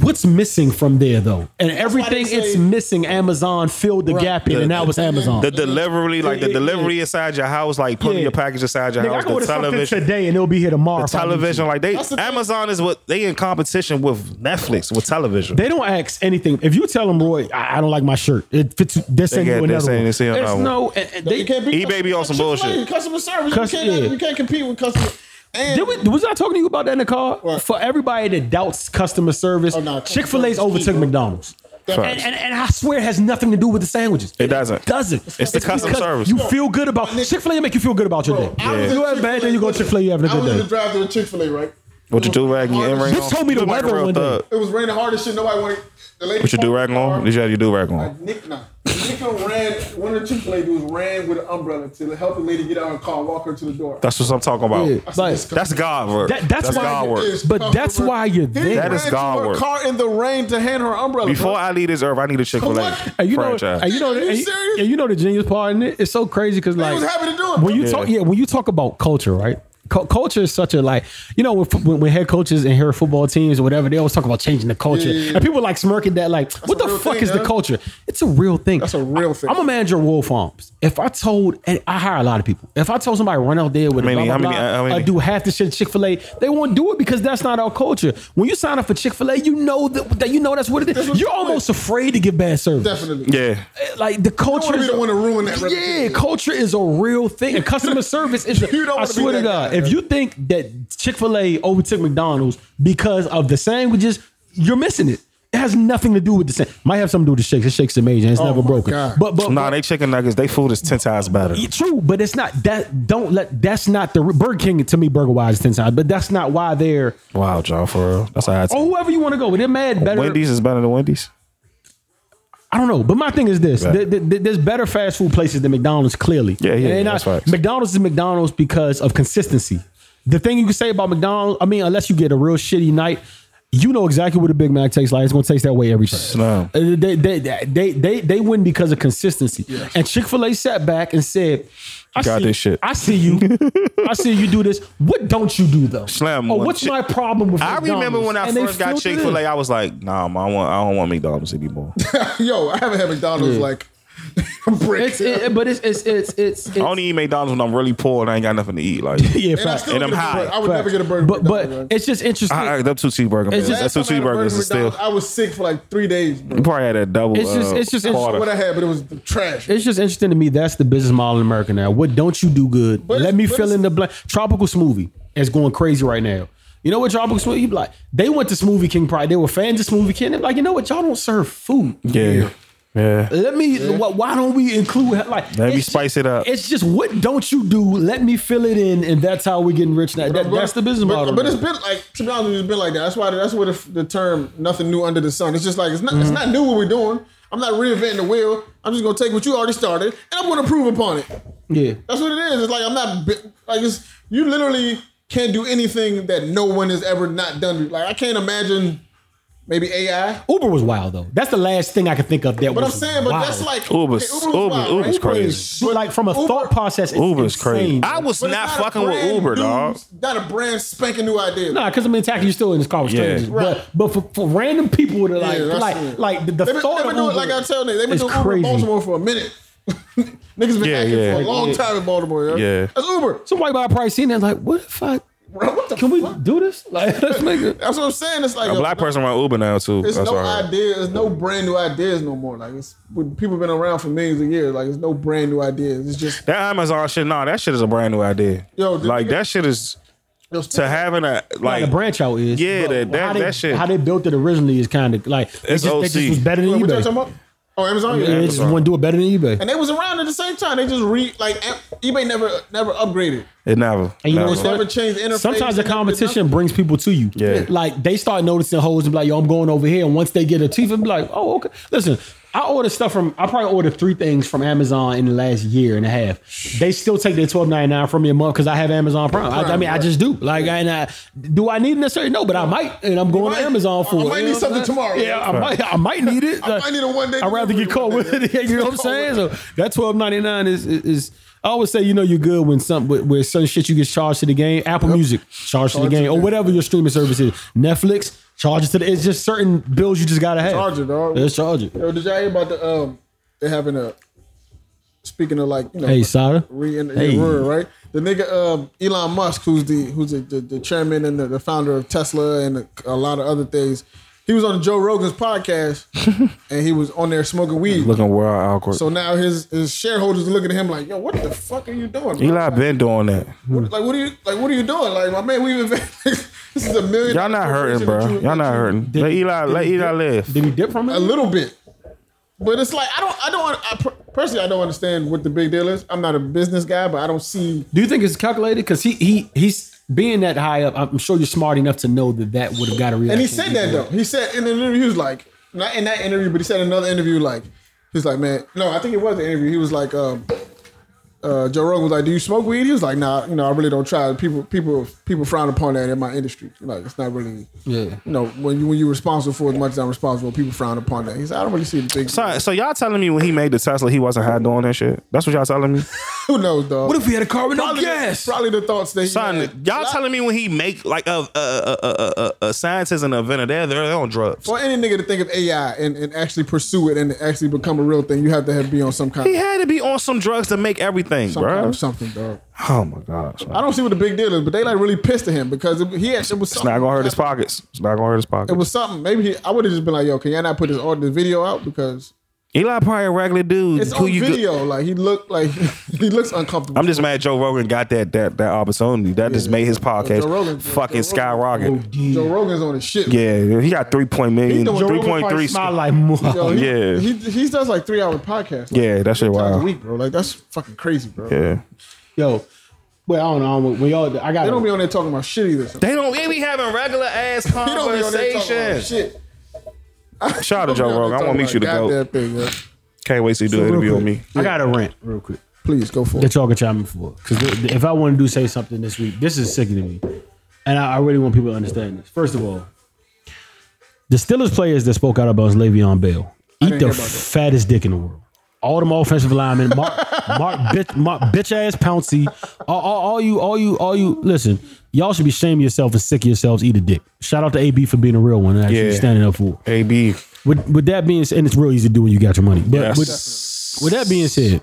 [SPEAKER 4] What's missing from there though? And everything
[SPEAKER 3] say-
[SPEAKER 4] it's missing, Amazon filled the gap in, and now it's Amazon.
[SPEAKER 2] the delivery, like the
[SPEAKER 4] Yeah, yeah,
[SPEAKER 2] delivery inside your house, like putting
[SPEAKER 4] Yeah.
[SPEAKER 2] your package inside your
[SPEAKER 4] Nigga, I
[SPEAKER 2] house,
[SPEAKER 4] can order
[SPEAKER 2] the
[SPEAKER 4] something
[SPEAKER 2] television.
[SPEAKER 4] today and it'll be here tomorrow. if I need
[SPEAKER 2] Television,
[SPEAKER 4] to.
[SPEAKER 2] like they
[SPEAKER 3] the thing.
[SPEAKER 2] Amazon is what they in competition with Netflix with television.
[SPEAKER 4] They don't ask anything. If you tell them, Roy, I, I don't like my shirt. It fits. They're sending
[SPEAKER 2] get-
[SPEAKER 4] you
[SPEAKER 2] they're
[SPEAKER 4] another
[SPEAKER 2] saying-
[SPEAKER 4] one.
[SPEAKER 2] they're saying
[SPEAKER 4] There's
[SPEAKER 2] another
[SPEAKER 4] no. and- and they,
[SPEAKER 3] You can't be
[SPEAKER 2] eBay be E on some bullshit.
[SPEAKER 3] Customer service.
[SPEAKER 4] Cus-
[SPEAKER 3] you, can't,
[SPEAKER 4] yeah.
[SPEAKER 3] you can't compete with customer. And
[SPEAKER 4] Did we- was I talking to you about that in the car?
[SPEAKER 3] What?
[SPEAKER 4] For everybody that doubts customer service,
[SPEAKER 3] Oh, nah, customer
[SPEAKER 4] Chick Fil
[SPEAKER 3] service
[SPEAKER 4] A's
[SPEAKER 3] is
[SPEAKER 4] overtook
[SPEAKER 3] key, bro.
[SPEAKER 4] McDonald's.
[SPEAKER 3] That-
[SPEAKER 4] And, and, and I swear it has nothing to do with the sandwiches.
[SPEAKER 2] It doesn't.
[SPEAKER 4] Doesn't.
[SPEAKER 2] It's the customer
[SPEAKER 4] because
[SPEAKER 2] service.
[SPEAKER 4] You feel good about Chick Fil A. Make you feel good about your day.
[SPEAKER 3] I was at
[SPEAKER 4] You have a bad day. You go to Chick Fil A. You having a
[SPEAKER 3] I was in the
[SPEAKER 4] good day.
[SPEAKER 3] drive through Chick Fil A, right?
[SPEAKER 2] What you do rag and your in ring?
[SPEAKER 4] Bitch
[SPEAKER 2] on?
[SPEAKER 4] told me
[SPEAKER 2] You
[SPEAKER 4] the
[SPEAKER 2] look like a
[SPEAKER 4] weather
[SPEAKER 2] real
[SPEAKER 4] one day.
[SPEAKER 2] thug.
[SPEAKER 3] It was raining hard as shit. Nobody wanted. The lady
[SPEAKER 2] What you do
[SPEAKER 3] parked
[SPEAKER 2] rag
[SPEAKER 3] the car.
[SPEAKER 2] on? Did you have your do rag on?
[SPEAKER 3] Nick, nah. Nick done ran. One of the Chick Fil A dudes ran with an umbrella to help the lady get out of the car and walk her to the door.
[SPEAKER 2] That's what I'm talking about.
[SPEAKER 4] Yeah, like,
[SPEAKER 2] That's God work.
[SPEAKER 4] That- that's why
[SPEAKER 2] God
[SPEAKER 4] it
[SPEAKER 2] work.
[SPEAKER 4] is. But
[SPEAKER 3] customer-
[SPEAKER 4] that's why you're
[SPEAKER 3] He
[SPEAKER 4] there.
[SPEAKER 2] That is
[SPEAKER 3] ran
[SPEAKER 2] God
[SPEAKER 3] to her
[SPEAKER 2] work.
[SPEAKER 3] Car in the rain to hand her umbrella.
[SPEAKER 2] Before
[SPEAKER 3] bro.
[SPEAKER 2] I leave this earth, I need a Chick Fil A
[SPEAKER 3] What?
[SPEAKER 4] And you know,
[SPEAKER 2] franchise.
[SPEAKER 4] and you know,
[SPEAKER 3] Are you
[SPEAKER 4] and you-
[SPEAKER 3] serious?
[SPEAKER 4] and you know the genius part in it. It's so crazy because like
[SPEAKER 3] was happy to do it,
[SPEAKER 4] When you
[SPEAKER 3] bro.
[SPEAKER 4] talk, yeah, when you talk about culture, right? Cu- Culture is such a like, you know, when, f- when, when head coaches and head football teams or whatever, they always talk about changing the culture,
[SPEAKER 3] Yeah, yeah, yeah.
[SPEAKER 4] and people like smirking that, like, what
[SPEAKER 3] a
[SPEAKER 4] the
[SPEAKER 3] real
[SPEAKER 4] fuck
[SPEAKER 3] thing,
[SPEAKER 4] is the
[SPEAKER 3] yeah.
[SPEAKER 4] culture? It's a real thing.
[SPEAKER 3] That's a real
[SPEAKER 4] I-
[SPEAKER 3] thing.
[SPEAKER 4] I'm a manager of Wolf Farms. If I told, and I hire a lot of people, if I told somebody run out there with
[SPEAKER 2] How many-
[SPEAKER 4] a blah,
[SPEAKER 2] how
[SPEAKER 4] blah,
[SPEAKER 2] many- uh,
[SPEAKER 4] blah,
[SPEAKER 2] how many-
[SPEAKER 4] I do half the shit Chick Fil A, they won't do it because that's not our culture. When you sign up for Chick Fil A, you know that, that you know that's what it is.
[SPEAKER 3] what
[SPEAKER 4] You're
[SPEAKER 3] it is.
[SPEAKER 4] almost afraid to give bad service
[SPEAKER 3] definitely.
[SPEAKER 2] yeah.
[SPEAKER 4] like the culture.
[SPEAKER 3] wanna be
[SPEAKER 4] is-
[SPEAKER 3] the one to ruin that
[SPEAKER 4] Yeah,
[SPEAKER 3] reputation.
[SPEAKER 4] culture is a real thing, and customer service is.
[SPEAKER 3] You don't
[SPEAKER 4] I
[SPEAKER 3] wanna be
[SPEAKER 4] swear to
[SPEAKER 3] that
[SPEAKER 4] God,
[SPEAKER 3] guy,
[SPEAKER 4] if
[SPEAKER 3] man.
[SPEAKER 4] you think that Chick Fil A overtook McDonald's because of the sandwiches, you're missing it. It has nothing to do with the same. Might have something to do with the shakes. The shakes amazing. It's never
[SPEAKER 3] Oh my
[SPEAKER 4] broken.
[SPEAKER 3] God.
[SPEAKER 4] But but
[SPEAKER 2] Nah, they chicken nuggets. They food is ten times better.
[SPEAKER 4] yeah, True, but it's not that. Don't let. That's not the Burger King to me. Burger wise, ten times, but that's not why they're.
[SPEAKER 2] Wow, John, for real. That's how I
[SPEAKER 4] Or whoever you want to go with, they're mad Oh, better.
[SPEAKER 2] Oh, Wendy's is better than Wendy's.
[SPEAKER 4] I don't know, but my thing is this:
[SPEAKER 2] Right.
[SPEAKER 4] th- th- th- there's better fast food places than McDonald's. Clearly,
[SPEAKER 2] Yeah, yeah,
[SPEAKER 4] And
[SPEAKER 2] yeah,
[SPEAKER 4] I-
[SPEAKER 2] that's facts.
[SPEAKER 4] McDonald's is McDonald's because of consistency. The thing you can say about McDonald's, I mean, unless you get a real shitty night, you know exactly what a Big Mac tastes like. It's gonna taste that way every time.
[SPEAKER 2] Slam.
[SPEAKER 4] Uh, They, they, they, they, they, they win because of consistency. And Chick Fil A sat back and said, "I
[SPEAKER 2] Got
[SPEAKER 4] see,
[SPEAKER 2] this shit.
[SPEAKER 4] I see you. I see you do this. What don't you do though?
[SPEAKER 2] Slam,
[SPEAKER 4] Or
[SPEAKER 2] when
[SPEAKER 4] what's
[SPEAKER 2] Chi-
[SPEAKER 4] my problem with?"
[SPEAKER 2] I remember when I first got Chick Fil A, I was like, Nah, man, I want, I don't want McDonald's anymore.
[SPEAKER 3] Yo, I haven't had McDonald's like brick.
[SPEAKER 1] It's it, but it's it's it's it's, it's
[SPEAKER 2] I only eat McDonald's when I'm really poor and I ain't got nothing to eat. Like,
[SPEAKER 4] yeah,
[SPEAKER 3] and I
[SPEAKER 4] facts.
[SPEAKER 3] still
[SPEAKER 2] And I'm
[SPEAKER 3] get a
[SPEAKER 2] high.
[SPEAKER 3] burger. I would never
[SPEAKER 4] Facts.
[SPEAKER 3] get a burger.
[SPEAKER 4] But
[SPEAKER 3] from
[SPEAKER 4] but
[SPEAKER 3] McDonald's,
[SPEAKER 4] it's just interesting.
[SPEAKER 2] I, I, them two cheeseburgers.
[SPEAKER 4] It's
[SPEAKER 2] It's
[SPEAKER 4] just-
[SPEAKER 2] just, that's two
[SPEAKER 3] Last time I had a burger
[SPEAKER 2] cheeseburgers is
[SPEAKER 3] from
[SPEAKER 2] still.
[SPEAKER 3] McDonald's, I was sick for like three days. Bro.
[SPEAKER 2] You probably had that double.
[SPEAKER 4] It's just-
[SPEAKER 2] uh,
[SPEAKER 4] it's just- it's
[SPEAKER 2] quarter.
[SPEAKER 3] What I had, but it was trash.
[SPEAKER 4] it's just interesting to me. That's the business model in America now. What don't you do good?
[SPEAKER 3] But
[SPEAKER 4] Let
[SPEAKER 3] it's-
[SPEAKER 4] me
[SPEAKER 3] but
[SPEAKER 4] fill
[SPEAKER 3] it's-
[SPEAKER 4] in the blank. Tropical smoothie is going crazy right now. You know what tropical smoothie? You be like they went to Smoothie King probably. They were fans of Smoothie King. They're like, you know what? Y'all don't serve food.
[SPEAKER 2] yeah, yeah.
[SPEAKER 4] Let me. Why, why don't we include like?
[SPEAKER 2] Let me
[SPEAKER 4] it's-
[SPEAKER 2] spice it up.
[SPEAKER 4] It's just what don't you do? Let me fill it in, and that's how we're getting rich now. That,
[SPEAKER 3] But-
[SPEAKER 4] that's the business
[SPEAKER 3] but,
[SPEAKER 4] model.
[SPEAKER 3] But it's
[SPEAKER 4] now.
[SPEAKER 3] been like to be honest, with you, it's been like that. That's why that's where the, the term "nothing new under the sun." It's just like it's not
[SPEAKER 4] Mm-hmm.
[SPEAKER 3] it's not new what we're doing. I'm not reinventing the wheel. I'm just gonna take what you already started and I'm gonna improve upon it.
[SPEAKER 4] yeah.
[SPEAKER 3] That's what it is. It's like I'm not bi- like it's you literally can't do anything that no one has ever not done. Like I can't imagine maybe AI.
[SPEAKER 4] Uber was wild though. That's the last thing I cocould think of that
[SPEAKER 3] But I'm
[SPEAKER 4] was
[SPEAKER 3] saying, but
[SPEAKER 4] wild.
[SPEAKER 3] that's like
[SPEAKER 2] Uber's- Uber- Uber's crazy.
[SPEAKER 4] But like from a
[SPEAKER 3] Uber-
[SPEAKER 4] thought process. It's
[SPEAKER 2] Uber's
[SPEAKER 4] insane.
[SPEAKER 2] crazy. I was
[SPEAKER 3] But
[SPEAKER 2] not,
[SPEAKER 3] it's not a
[SPEAKER 2] fucking with
[SPEAKER 3] brand
[SPEAKER 2] Uber,
[SPEAKER 3] new-
[SPEAKER 2] dog.
[SPEAKER 3] Not a brand spanking new idea.
[SPEAKER 4] Nah, because I'm in taxi, you're still in this car with
[SPEAKER 2] Yeah.
[SPEAKER 4] strangers.
[SPEAKER 3] Right.
[SPEAKER 4] But, but for, for random people that like,
[SPEAKER 3] Yeah, that's
[SPEAKER 4] like,
[SPEAKER 3] it.
[SPEAKER 4] like the, the
[SPEAKER 3] They've been,
[SPEAKER 4] thought
[SPEAKER 3] they've been
[SPEAKER 4] of
[SPEAKER 3] doing
[SPEAKER 4] Uber
[SPEAKER 3] like I tell niggas, they've been
[SPEAKER 4] is
[SPEAKER 3] doing Uber in
[SPEAKER 4] crazy.
[SPEAKER 3] Baltimore for a minute. niggas been
[SPEAKER 2] Yeah,
[SPEAKER 3] acting
[SPEAKER 2] yeah.
[SPEAKER 3] for a long
[SPEAKER 2] Yeah.
[SPEAKER 3] time in Baltimore. Yo.
[SPEAKER 2] Yeah.
[SPEAKER 3] that's Uber.
[SPEAKER 4] Somebody might probably seen that like, what if I
[SPEAKER 3] Bro, what the
[SPEAKER 4] can we
[SPEAKER 3] fuck?
[SPEAKER 4] do this? Like, let's make it.
[SPEAKER 3] That's what I'm saying. It's like
[SPEAKER 2] A
[SPEAKER 3] yo,
[SPEAKER 2] black Oh, person run Uber now too.
[SPEAKER 3] It's
[SPEAKER 2] That's
[SPEAKER 3] no
[SPEAKER 2] all right.
[SPEAKER 3] idea. It's no brand new ideas no more. Like it's people been around for millions of years. Like it's no brand new ideas. It's just
[SPEAKER 2] That Amazon shit, nah, that shit is a brand new idea.
[SPEAKER 3] Yo, the
[SPEAKER 2] like
[SPEAKER 3] nigga-
[SPEAKER 2] that shit is
[SPEAKER 3] yo,
[SPEAKER 2] to having a like
[SPEAKER 4] the branch out is
[SPEAKER 2] Yeah,
[SPEAKER 4] but
[SPEAKER 2] that- that-
[SPEAKER 4] how they,
[SPEAKER 2] that shit.
[SPEAKER 4] how they built it originally is kind of like they
[SPEAKER 2] It's
[SPEAKER 4] just, they
[SPEAKER 2] OC.
[SPEAKER 4] just was better than
[SPEAKER 3] What y'all
[SPEAKER 4] eBay.
[SPEAKER 3] talking about? Oh, Amazon. Yeah,
[SPEAKER 4] They just
[SPEAKER 2] Amazon.
[SPEAKER 4] want to do it better than eBay.
[SPEAKER 3] And they was around at the same time. They just re like Am- eBay never never upgraded.
[SPEAKER 2] it never.
[SPEAKER 4] And you know
[SPEAKER 2] never.
[SPEAKER 4] what's
[SPEAKER 3] Never changed the interface.
[SPEAKER 4] Sometimes the
[SPEAKER 3] They never did
[SPEAKER 4] competition brings people to you.
[SPEAKER 2] Yeah.
[SPEAKER 4] Like they start noticing holes and be like, yo, I'm going over here. And once they get a teeth, and be like, oh, okay. Listen, I ordered stuff from I probably ordered three things from Amazon in the last year and a half. They still take their twelve ninety nine from me a month because I have Amazon Prime. I, I mean, I just do. Like, and I do I need it necessarily? No, but I might, and I'm going
[SPEAKER 3] might.
[SPEAKER 4] to Amazon
[SPEAKER 3] I-
[SPEAKER 4] for
[SPEAKER 3] I
[SPEAKER 4] it.
[SPEAKER 3] might need
[SPEAKER 4] You know what I'm
[SPEAKER 3] something
[SPEAKER 4] saying?
[SPEAKER 3] tomorrow.
[SPEAKER 4] Yeah, I might. I might need it.
[SPEAKER 3] I might need a one-day
[SPEAKER 4] I'd rather get
[SPEAKER 3] delivery
[SPEAKER 4] caught
[SPEAKER 3] one
[SPEAKER 4] with
[SPEAKER 3] day.
[SPEAKER 4] it. you know what I'm saying? So that twelve ninety nine is, is is. I always say, you know, you're good when some where- where certain shit you get charged to the game. Apple Music charged to the
[SPEAKER 3] Charge
[SPEAKER 4] game,
[SPEAKER 3] it,
[SPEAKER 4] or
[SPEAKER 3] yeah.
[SPEAKER 4] whatever your streaming service is. Netflix charges to the. It's just certain bills you just gotta have.
[SPEAKER 3] Charge it, dog.
[SPEAKER 4] Let's charge it.
[SPEAKER 3] Yo, did y'all hear about the um they having a speaking of like you know
[SPEAKER 4] Hey, Sada.
[SPEAKER 3] re in
[SPEAKER 4] Hey.
[SPEAKER 3] right? The nigga um Elon Musk, who's the who's the, the, the chairman and the, the founder of Tesla and a, a lot of other things, he was on Joe Rogan's podcast and he was on there smoking weed.
[SPEAKER 2] Looking world awkward.
[SPEAKER 3] So now his his shareholders are looking at him like, yo, what the fuck are you doing? bro?
[SPEAKER 2] Eli been doing that.
[SPEAKER 3] What- like what are you like what are you doing? Like my man, we even this is a million.
[SPEAKER 2] Y'all not hurting, bro.
[SPEAKER 3] corporation that you-
[SPEAKER 2] Y'all not
[SPEAKER 3] that you-
[SPEAKER 2] hurting. Let Eli let Eli live.
[SPEAKER 4] Did he dip from
[SPEAKER 3] a
[SPEAKER 4] it?
[SPEAKER 3] little bit. But it's like I don't, I don't, I, per- personally, I don't understand what the big deal is. I'm not a business guy, but I don't see.
[SPEAKER 4] Do you think it's calculated? Because he he he's being that high up. I'm sure you're smart enough to know that that would have got a reaction.
[SPEAKER 3] And he said that though. He said in the interview, he was like, not in that interview, but he said in another interview, like, he's like, man, no, I think it was the interview. He was like, um, uh, Joe Rogan was like, do you smoke weed? He was like, nah, you know, I really don't try. People, people, people frown upon that in my industry. Like, it's not really,
[SPEAKER 4] Yeah.
[SPEAKER 3] you know, when you when you're responsible for as much as I'm responsible, people frown upon that. He's like, I don't really see the big.
[SPEAKER 2] So, so y'all telling me when he made the Tesla, he wasn't high doing that shit. That's what y'all telling me.
[SPEAKER 3] Who knows, dog?
[SPEAKER 4] What if we had a car with no
[SPEAKER 3] probably,
[SPEAKER 4] gas?
[SPEAKER 3] probably the thoughts that he
[SPEAKER 2] Son,
[SPEAKER 3] had.
[SPEAKER 2] y'all
[SPEAKER 3] Like,
[SPEAKER 2] telling me when he make like a a a, a, a, a scientist and an inventor, they're they're on drugs.
[SPEAKER 3] For any nigga to think of AI and, and actually pursue it and actually become a real thing, you have to have be on some kind
[SPEAKER 2] He
[SPEAKER 3] of
[SPEAKER 2] had to be on some drugs to make everything,
[SPEAKER 3] some kind
[SPEAKER 2] bro.
[SPEAKER 3] of something, dog.
[SPEAKER 2] Oh my gosh, man.
[SPEAKER 3] I don't see what the big deal is, but they like really pissed at him because it, he had, it
[SPEAKER 2] it's
[SPEAKER 3] was something.
[SPEAKER 2] not gonna hurt his pockets. It's not gonna hurt his
[SPEAKER 3] It
[SPEAKER 2] pockets.
[SPEAKER 3] was something. Maybe he, I would have just been like, "Yo, can y'all not put this all this video out because
[SPEAKER 2] Eli probably a regular dude.
[SPEAKER 3] it's
[SPEAKER 2] Who
[SPEAKER 3] on
[SPEAKER 2] you go-
[SPEAKER 3] video." Like he looked like he looks uncomfortable.
[SPEAKER 2] I'm just mad Joe Rogan got that that that opportunity. That just made his podcast
[SPEAKER 3] Joe Rogan-
[SPEAKER 2] fucking
[SPEAKER 3] Joe
[SPEAKER 2] skyrocket.
[SPEAKER 3] Joe Rogan's on his shit.
[SPEAKER 2] Yeah, he got three point million,
[SPEAKER 3] Joe
[SPEAKER 2] three
[SPEAKER 3] Rogan
[SPEAKER 2] point
[SPEAKER 3] probably
[SPEAKER 2] three.
[SPEAKER 4] My life.
[SPEAKER 3] Yo, he,
[SPEAKER 2] Yeah.
[SPEAKER 3] he he does like three hour podcasts. Like,
[SPEAKER 2] Yeah, that shit
[SPEAKER 3] times a
[SPEAKER 2] wild.
[SPEAKER 3] week, bro. Like that's fucking crazy, bro.
[SPEAKER 2] Yeah,
[SPEAKER 4] Yo, well, I don't know. When y'all, I got.
[SPEAKER 3] They don't be on there talking about shit either.
[SPEAKER 2] they don't. They be having regular ass
[SPEAKER 3] He don't be on there talking about
[SPEAKER 2] conversations.
[SPEAKER 3] shit.
[SPEAKER 2] Shout out to Joe Rogan. I want to meet you to go.
[SPEAKER 3] Goddamn Thing, yo.
[SPEAKER 2] Can't wait to do an interview with me.
[SPEAKER 4] I got a rant real quick
[SPEAKER 3] Please go for it.
[SPEAKER 4] that y'all can chime in for. Because if I want to do say something this week, this is sickening me, and I, I really want people to understand this. First of all, the Steelers players that spoke out about Le'Veon Bell eat
[SPEAKER 3] didn't
[SPEAKER 4] the
[SPEAKER 3] hear about that.
[SPEAKER 4] fattest dick in the world. All them offensive linemen, Mark, Mark, bitch, Mark, bitch ass Pouncy, all, all, all you, all you, all you. Listen, y'all should be shaming yourself and sick of yourselves. Eat a dick. Shout out to AB for being a real one and actually
[SPEAKER 2] Yeah.
[SPEAKER 4] standing up for. it.
[SPEAKER 2] AB,
[SPEAKER 4] With, with that being said, and it's real easy to do when you got your money. But
[SPEAKER 2] Yes.
[SPEAKER 4] with, With that being said,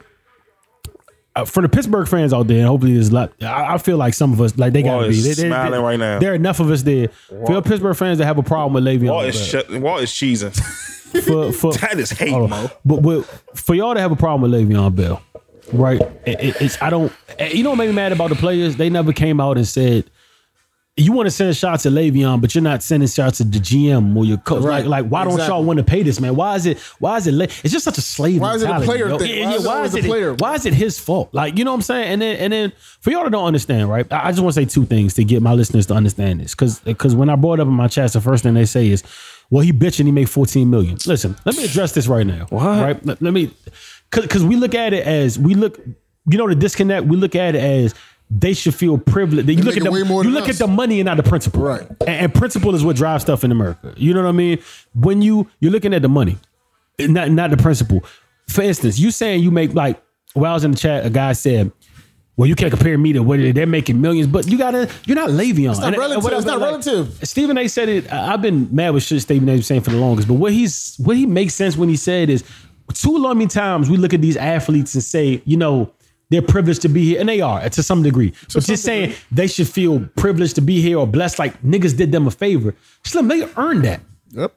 [SPEAKER 4] uh, for the Pittsburgh fans out there, and hopefully there's a lot. I, I feel like some of us, like they
[SPEAKER 2] Wall
[SPEAKER 4] got to be
[SPEAKER 2] is
[SPEAKER 4] they, they,
[SPEAKER 2] smiling
[SPEAKER 4] they-
[SPEAKER 2] right now.
[SPEAKER 4] There are enough of us there. For your Pittsburgh fans that have a problem with Le'Veon,
[SPEAKER 2] Wall
[SPEAKER 4] Bell,
[SPEAKER 2] is shut, Wall is cheesing.
[SPEAKER 4] for, for,
[SPEAKER 2] that is hate,
[SPEAKER 4] hold
[SPEAKER 2] Mo.
[SPEAKER 4] on. but, but for y'all to have a problem with Le'Veon Bell, right? it- it- it's I don't. eh, You know what made me mad about the players? They never came out and said. You want to send shots at Le'Veon, but you're not sending shots at the GM or your coach.
[SPEAKER 3] Right.
[SPEAKER 4] Like, like, why don't
[SPEAKER 3] Exactly.
[SPEAKER 4] y'all want to pay this man? Why is it? Why is it? Le- it's just such a slave.
[SPEAKER 3] Why is it a
[SPEAKER 4] mentality,
[SPEAKER 3] player
[SPEAKER 4] yo.
[SPEAKER 3] thing?
[SPEAKER 4] Yeah,
[SPEAKER 3] Why
[SPEAKER 4] yeah,
[SPEAKER 3] is it
[SPEAKER 4] why
[SPEAKER 3] always
[SPEAKER 4] is
[SPEAKER 3] a
[SPEAKER 4] it?
[SPEAKER 3] player?
[SPEAKER 4] Why is it his fault? Like, you know what I'm saying? And then, and then for y'all to don't understand, right? I, I just want to say two things to get my listeners to understand this, because when I brought it up in my chats, the first thing they say is, "Well, he bitching, he made 14 million. Listen, let me address this right now. Right? Let, let me, because we look at it as we look, you know, the disconnect. We look at it as they should feel privileged. You look at
[SPEAKER 3] making
[SPEAKER 4] the
[SPEAKER 3] way more
[SPEAKER 4] you
[SPEAKER 3] than
[SPEAKER 4] look
[SPEAKER 3] us.
[SPEAKER 4] at the money and not the principle.
[SPEAKER 3] Right.
[SPEAKER 4] And, and principle is what drives stuff in America. You know what I mean? When you you're looking at the money, not not the principle. For instance, you saying you make like while I was in the chat, a guy said, "Well, you can't compare me to what they're making millions, but you gotta you're not Le'Veon. It's
[SPEAKER 3] not relative. It's not relative.
[SPEAKER 4] Stephen A. said it. I- I've been mad with shit Stephen A. was saying for the longest, but what he's what he makes sense when he said is too long many times we look at these athletes and say, you know. They're privileged to be here, and they are to some degree. but just saying they should feel privileged to be here or blessed, like niggas did them a favor. Slim, they earned that.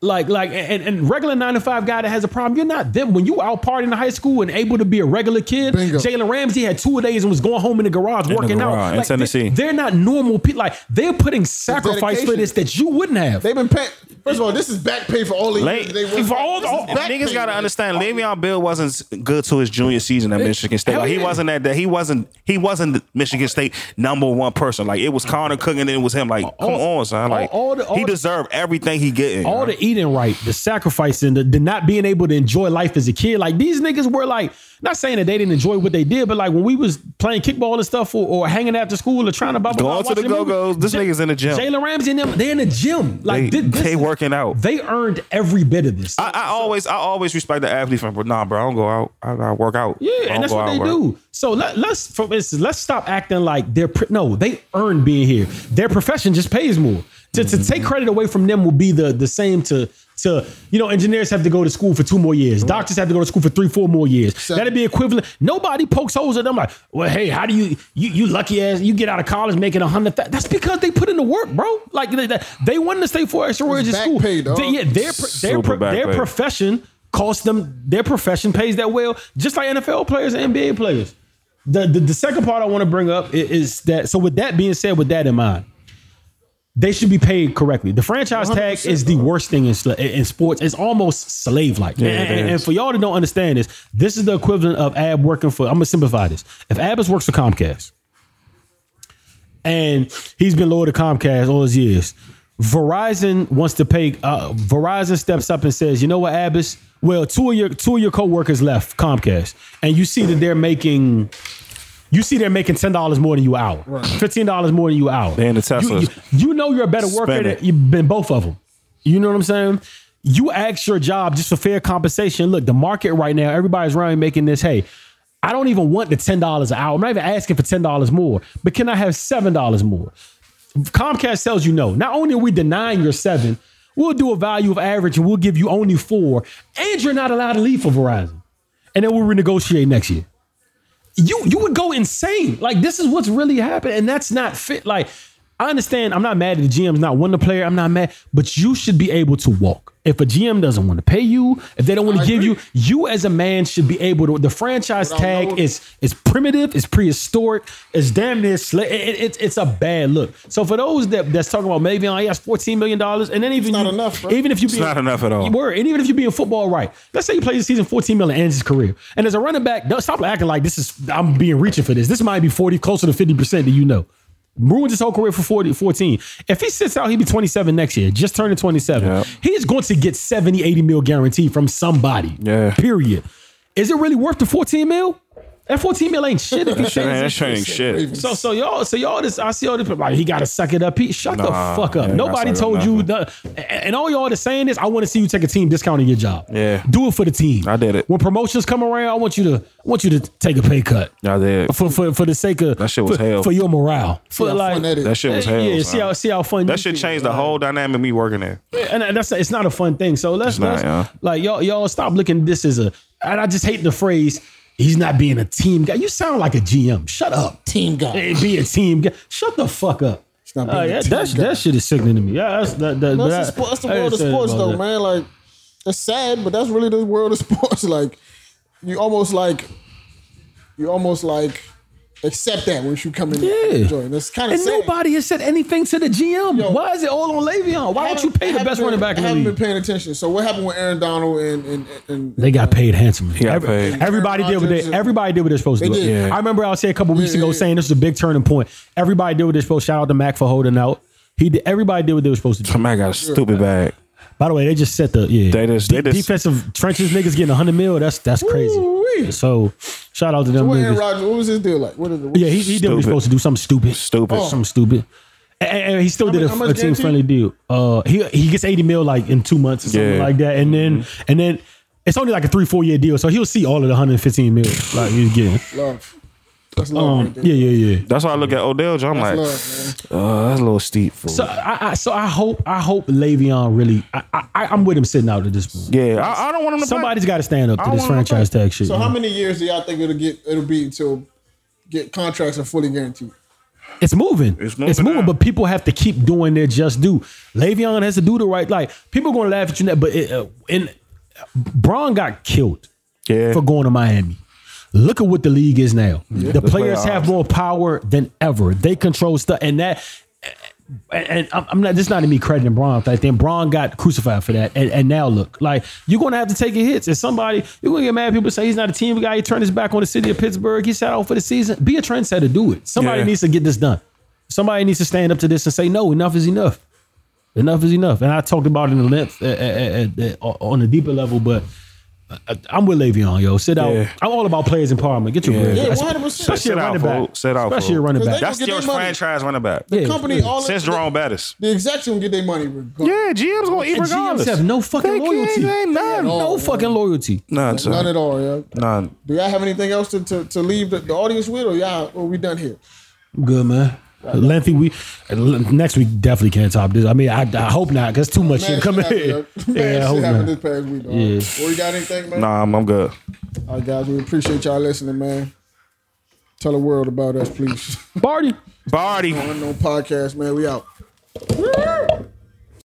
[SPEAKER 4] Like, like, and, and regular nine to five guy that has a problem, you're not them. When you out partying in high school and able to be a regular kid,
[SPEAKER 3] Bingo.
[SPEAKER 4] Jalen Ramsey had two a days and was going home in the garage working
[SPEAKER 2] garage
[SPEAKER 4] out.
[SPEAKER 2] in
[SPEAKER 4] Like,
[SPEAKER 2] Tennessee.
[SPEAKER 4] They, are not normal people. Like they're putting sacrifice for
[SPEAKER 3] dedication.
[SPEAKER 4] this that you wouldn't have.
[SPEAKER 3] They've been paying. First of all, this is back pay for all the
[SPEAKER 2] Late,
[SPEAKER 3] years they worked.
[SPEAKER 2] for all the,
[SPEAKER 3] This is back
[SPEAKER 2] niggas
[SPEAKER 3] pay.
[SPEAKER 2] gotta understand, Le'Veon Bell wasn't good to his junior season at Michigan State. Like, he
[SPEAKER 4] yeah.
[SPEAKER 2] wasn't that. that- He wasn't. He wasn't the Michigan State number one person. Like it was Connor Cook and it was him. Like come
[SPEAKER 4] all-
[SPEAKER 2] on, son. Like
[SPEAKER 4] all the- all
[SPEAKER 2] he
[SPEAKER 4] the-
[SPEAKER 2] deserved everything he getting.
[SPEAKER 4] all
[SPEAKER 2] All
[SPEAKER 4] the eating right, the sacrificing, the, the not being able to enjoy life as a kid. Like these niggas were like, not saying that they didn't enjoy what they did, but like when we was playing kickball and stuff or, or hanging after school or trying to blah, blah,
[SPEAKER 2] Going
[SPEAKER 4] blah,
[SPEAKER 2] to the
[SPEAKER 4] watching movie,
[SPEAKER 2] Go-Go's, this nigga's in the gym.
[SPEAKER 4] Jalen Ramsey and them, they're in the gym.
[SPEAKER 2] they,
[SPEAKER 4] Like thi- this,
[SPEAKER 2] they working out.
[SPEAKER 4] they earned every bit of this.
[SPEAKER 2] I, I always, I always respect the athlete from. Nah, bro, I don't go out. I, I work out. I
[SPEAKER 4] Yeah,
[SPEAKER 2] don't
[SPEAKER 4] and that's
[SPEAKER 2] go
[SPEAKER 4] what
[SPEAKER 2] out,
[SPEAKER 4] they
[SPEAKER 2] bro.
[SPEAKER 4] do. So let, let's, for instance, let's stop acting like they're pri- no, they earn being here. Their profession just pays more. To,
[SPEAKER 3] Mm-hmm.
[SPEAKER 4] to take credit away from them will be the the same to to you know engineers have to go to school for two more years. Doctors have to go to school for three four more years. That'd be equivalent. Nobody pokes holes at them like, well, hey, how do you you you lucky ass you get out of college making a hundred? thou-" That's because they put in the work, bro. Like they, they- they wanted to stay four extra years at
[SPEAKER 3] back
[SPEAKER 4] school.
[SPEAKER 3] pay, dog.
[SPEAKER 4] They- yeah, their pr- their
[SPEAKER 2] Super
[SPEAKER 4] pr-
[SPEAKER 2] back
[SPEAKER 4] their
[SPEAKER 2] pay.
[SPEAKER 4] prof- profession costs them their profession pays that well, just like NFL players and NBA players. The the, the second part I want to bring up i- is, that so with that being said, with that in mind, they should be paid correctly. The franchise tag is the worst thing in, sla- in sports. It's almost slave like.
[SPEAKER 2] it
[SPEAKER 4] and, and-
[SPEAKER 2] is.
[SPEAKER 4] and for y'all to don't understand this, this is the equivalent of Ab working for. I'm gonna simplify this. If Abbas works for Comcast, and he's been loyal to Comcast all his years. Verizon wants to pay. Uh, Verizon steps up and says, "You know what, Abbas? Well, two of your two of your coworkers left Comcast, and you see that they're making." You see, they're making ten dollars more than you an hour, fifteen dollars more than you an hour.
[SPEAKER 2] And the
[SPEAKER 4] You-
[SPEAKER 2] Teslas.
[SPEAKER 4] you, you know you're a better worker
[SPEAKER 2] Spend
[SPEAKER 4] than,
[SPEAKER 2] it.
[SPEAKER 4] you've been both of them. You know what I'm saying? You ask your job just for fair compensation. Look, the market right now, everybody's running making this. Hey, I don't even want the ten dollars an hour. I'm not even asking for ten dollars more, but can I have seven dollars more? Comcast tells you no. Not only are we denying your seven, we'll do a value of average and we'll give you only four, and you're not allowed to leave for Verizon. And then we'll renegotiate next year you you would go insane. Like this is what's really happening, and that's not fit. Like I understand, I'm not mad at the GM's not one the player. I'm not mad, but you should be able to walk. If a GM doesn't want to pay you, if they don't want to give you, you as a man should be able to. The franchise tag
[SPEAKER 3] knowing-
[SPEAKER 4] is is primitive, it's prehistoric, it's damn near sla- it, it- it's it's a bad look. So for those that that's talking about maybe he has 14 million dollars, and then even
[SPEAKER 3] not
[SPEAKER 4] you-
[SPEAKER 3] enough, bro.
[SPEAKER 4] even if you
[SPEAKER 2] It's not enough at all.
[SPEAKER 4] Word. And even if you be in football, right? Let's say you play the season 14 million ends his career. And as a running back, don't stop acting like this is I'm being reaching for this. This might be 40, closer to 50% that you know. Ruins his whole career for 40, 14. If he sits out, he'd be 27 next year, just turning 27.
[SPEAKER 2] Yep.
[SPEAKER 4] He is going to get 70, 80 mil guaranteed from somebody.
[SPEAKER 2] Yeah.
[SPEAKER 4] Period. Is it really worth the 14 mil? That 14 mil ain't shit if you
[SPEAKER 2] Man,
[SPEAKER 4] think
[SPEAKER 2] that ain't shit.
[SPEAKER 4] so so y'all so y'all this I see all this people like he gotta suck it up. He shut
[SPEAKER 2] Nah,
[SPEAKER 4] the fuck up.
[SPEAKER 2] yeah,
[SPEAKER 4] Nobody
[SPEAKER 2] that's like
[SPEAKER 4] told you the, and all y'all that's saying this, I want to see you take a team discount in your job.
[SPEAKER 2] Yeah.
[SPEAKER 4] Do it for the team.
[SPEAKER 2] I did it.
[SPEAKER 4] When promotions come around, I want you to I want you to take a pay cut.
[SPEAKER 2] Y'all did.
[SPEAKER 4] For for for the sake of
[SPEAKER 2] That shit was
[SPEAKER 4] for,
[SPEAKER 2] hell.
[SPEAKER 4] for your morale. For
[SPEAKER 3] How
[SPEAKER 4] like
[SPEAKER 3] fun that is.
[SPEAKER 2] That shit was hell.
[SPEAKER 4] yeah,
[SPEAKER 2] son.
[SPEAKER 4] see how see how fun
[SPEAKER 2] that
[SPEAKER 4] you
[SPEAKER 2] should
[SPEAKER 4] feel.
[SPEAKER 2] change the whole dynamic. of Me working there.
[SPEAKER 4] and that's it's not a fun thing. So let's,
[SPEAKER 2] not,
[SPEAKER 4] let's-
[SPEAKER 2] yeah.
[SPEAKER 4] like y'all y'all stop looking at this as a and I just hate the phrase. He's not being a team guy. You sound like a GM. Shut up.
[SPEAKER 5] Team guy.
[SPEAKER 4] Hey, be a team guy. Shut the fuck up.
[SPEAKER 3] not being
[SPEAKER 4] Uh,
[SPEAKER 3] a
[SPEAKER 4] yeah,
[SPEAKER 3] team
[SPEAKER 4] that,
[SPEAKER 3] guy.
[SPEAKER 4] that shit is sickening to me. Yeah, that's that, that,
[SPEAKER 3] That's,
[SPEAKER 4] that-
[SPEAKER 3] the spo- that's the
[SPEAKER 4] I ain't
[SPEAKER 3] world of
[SPEAKER 4] saying
[SPEAKER 3] sports,
[SPEAKER 4] about
[SPEAKER 3] though,
[SPEAKER 4] that.
[SPEAKER 3] man. Like, it's sad, but that's really the world of sports. Like, you almost like, you almost like accept that when you come in.
[SPEAKER 4] Yeah.
[SPEAKER 3] and join. That's kind of
[SPEAKER 4] And
[SPEAKER 3] sad.
[SPEAKER 4] nobody has said anything to the GM.
[SPEAKER 3] Yo.
[SPEAKER 4] Why is it all on Le'Veon? Why don't you pay
[SPEAKER 3] I
[SPEAKER 4] the
[SPEAKER 3] haven't
[SPEAKER 4] best
[SPEAKER 3] been-
[SPEAKER 4] running back
[SPEAKER 3] I
[SPEAKER 4] in the
[SPEAKER 3] haven't
[SPEAKER 4] league?
[SPEAKER 3] been paying attention. So what happened with Aaron Donald and and, and
[SPEAKER 4] They got paid handsomely.
[SPEAKER 2] got paid.
[SPEAKER 4] Everybody did what they everybody did what they're supposed to
[SPEAKER 3] They
[SPEAKER 4] do.
[SPEAKER 3] did.
[SPEAKER 4] I remember I was here a couple weeks
[SPEAKER 3] Yeah,
[SPEAKER 4] ago
[SPEAKER 3] yeah, yeah.
[SPEAKER 4] saying this was a big turning point. Everybody did what they're supposed. Shout out to Mac for holding out. He did, everybody did what they were supposed to do.
[SPEAKER 2] Man got a stupid bag.
[SPEAKER 4] By the way, they just set the yeah.
[SPEAKER 2] They just- they just-
[SPEAKER 4] defensive trenches niggas getting hundred mil. That's that's crazy.
[SPEAKER 3] Ooh-wee.
[SPEAKER 4] So shout out to them.
[SPEAKER 3] What
[SPEAKER 4] niggas.
[SPEAKER 3] Aaron Rodgers? What was his deal like? What is it?
[SPEAKER 4] Yeah, he, he did what he
[SPEAKER 2] Stupid.
[SPEAKER 4] was supposed to do. Something stupid.
[SPEAKER 2] Stupid. Oh.
[SPEAKER 4] Something stupid. And, and- and he still did
[SPEAKER 3] how
[SPEAKER 4] a,
[SPEAKER 3] much
[SPEAKER 4] team friendly deal. Uh, he he gets eighty mil like in two months or something
[SPEAKER 2] Yeah. Mm-hmm.
[SPEAKER 4] like that, and then and then it's only like a three four year deal, so he'll see all of the hundred fifteen mil like he's getting.
[SPEAKER 3] love. That's love.
[SPEAKER 4] Um,
[SPEAKER 3] right there.
[SPEAKER 4] yeah, yeah, yeah.
[SPEAKER 2] That's why I look at Odell. John. I'm like,
[SPEAKER 3] Love,
[SPEAKER 2] oh, that's a little steep. Fool.
[SPEAKER 4] So I, I so I hope I hope Le'Veon really I, I I'm with him sitting out at this point.
[SPEAKER 2] yeah, I, I don't want him to play.
[SPEAKER 4] Somebody's got to stand up
[SPEAKER 2] I
[SPEAKER 4] to this
[SPEAKER 2] don't wanna
[SPEAKER 4] franchise tag shit.
[SPEAKER 3] So
[SPEAKER 4] you know?
[SPEAKER 3] how many years do y'all think it'll get? It'll be until get contracts are fully guaranteed.
[SPEAKER 4] It's moving. It's
[SPEAKER 2] It's
[SPEAKER 4] moving.
[SPEAKER 2] moving now.
[SPEAKER 4] but people have to keep doing their just due. Le'Veon has to do the right. Like people are gonna laugh at you, now, but it, uh, and Braun got killed
[SPEAKER 2] Yeah.
[SPEAKER 4] for going to Miami. Look at what the league is now. the
[SPEAKER 2] the
[SPEAKER 4] players
[SPEAKER 2] playoffs.
[SPEAKER 4] have more power than ever. They control stuff, and that. And, and I'm I'm not. This is not even me crediting Braun. Like then Braun got crucified for that, and, and now look, like you're gonna have to take your hits. And somebody, you're gonna get mad. People say he's not a team guy. He turned his back on the city of Pittsburgh. He sat out for the season. Be a trendsetter. Do it. Somebody
[SPEAKER 2] Yeah.
[SPEAKER 4] needs to get this done. Somebody needs to stand up to this and say no. Enough is enough enough is enough. And I talked about it in length uh, uh, uh, uh, on a deeper level, but I, I'm with Le'Veon, yo. Sit out.
[SPEAKER 2] Yeah.
[SPEAKER 4] I'm all about players empowerment. Get your bread.
[SPEAKER 3] Yeah,
[SPEAKER 4] That's-
[SPEAKER 3] 100%.
[SPEAKER 4] Especially a
[SPEAKER 2] Sit out,
[SPEAKER 4] running back.
[SPEAKER 2] fool. Sit out,
[SPEAKER 4] Especially a
[SPEAKER 2] fool.
[SPEAKER 4] running back.
[SPEAKER 3] They-
[SPEAKER 2] That's
[SPEAKER 3] gonna get
[SPEAKER 2] your
[SPEAKER 3] their money.
[SPEAKER 2] franchise running back
[SPEAKER 4] Yeah.
[SPEAKER 3] Company all
[SPEAKER 2] since Jerome Bettis.
[SPEAKER 3] The execs gonna get their money. Regardless.
[SPEAKER 2] Yeah, GM's gonna eat
[SPEAKER 4] And GMs
[SPEAKER 2] regardless.
[SPEAKER 4] have no fucking
[SPEAKER 2] They can't-
[SPEAKER 4] loyalty.
[SPEAKER 2] they ain't none.
[SPEAKER 4] No fucking loyalty.
[SPEAKER 2] None,
[SPEAKER 3] None
[SPEAKER 2] son.
[SPEAKER 3] at all, yeah.
[SPEAKER 2] None.
[SPEAKER 3] Do y'all have anything else to, to, to leave the, the audience with, or y'all, or we done here?
[SPEAKER 4] I'm good, man. Lengthy week. Next week definitely can't top this. I mean, I, I hope not because too much shit coming in.
[SPEAKER 3] Man,
[SPEAKER 4] Yeah, I
[SPEAKER 3] yeah,
[SPEAKER 4] hope
[SPEAKER 3] shit happened
[SPEAKER 4] not.
[SPEAKER 3] this past week, dog.
[SPEAKER 4] Yeah.
[SPEAKER 3] Or you got anything, man?
[SPEAKER 2] Nah, I'm, I'm good.
[SPEAKER 3] All right, guys, we appreciate y'all listening, man. Tell the world about us, please.
[SPEAKER 4] Barty.
[SPEAKER 2] Barty.
[SPEAKER 3] Unknown podcast, man. We out.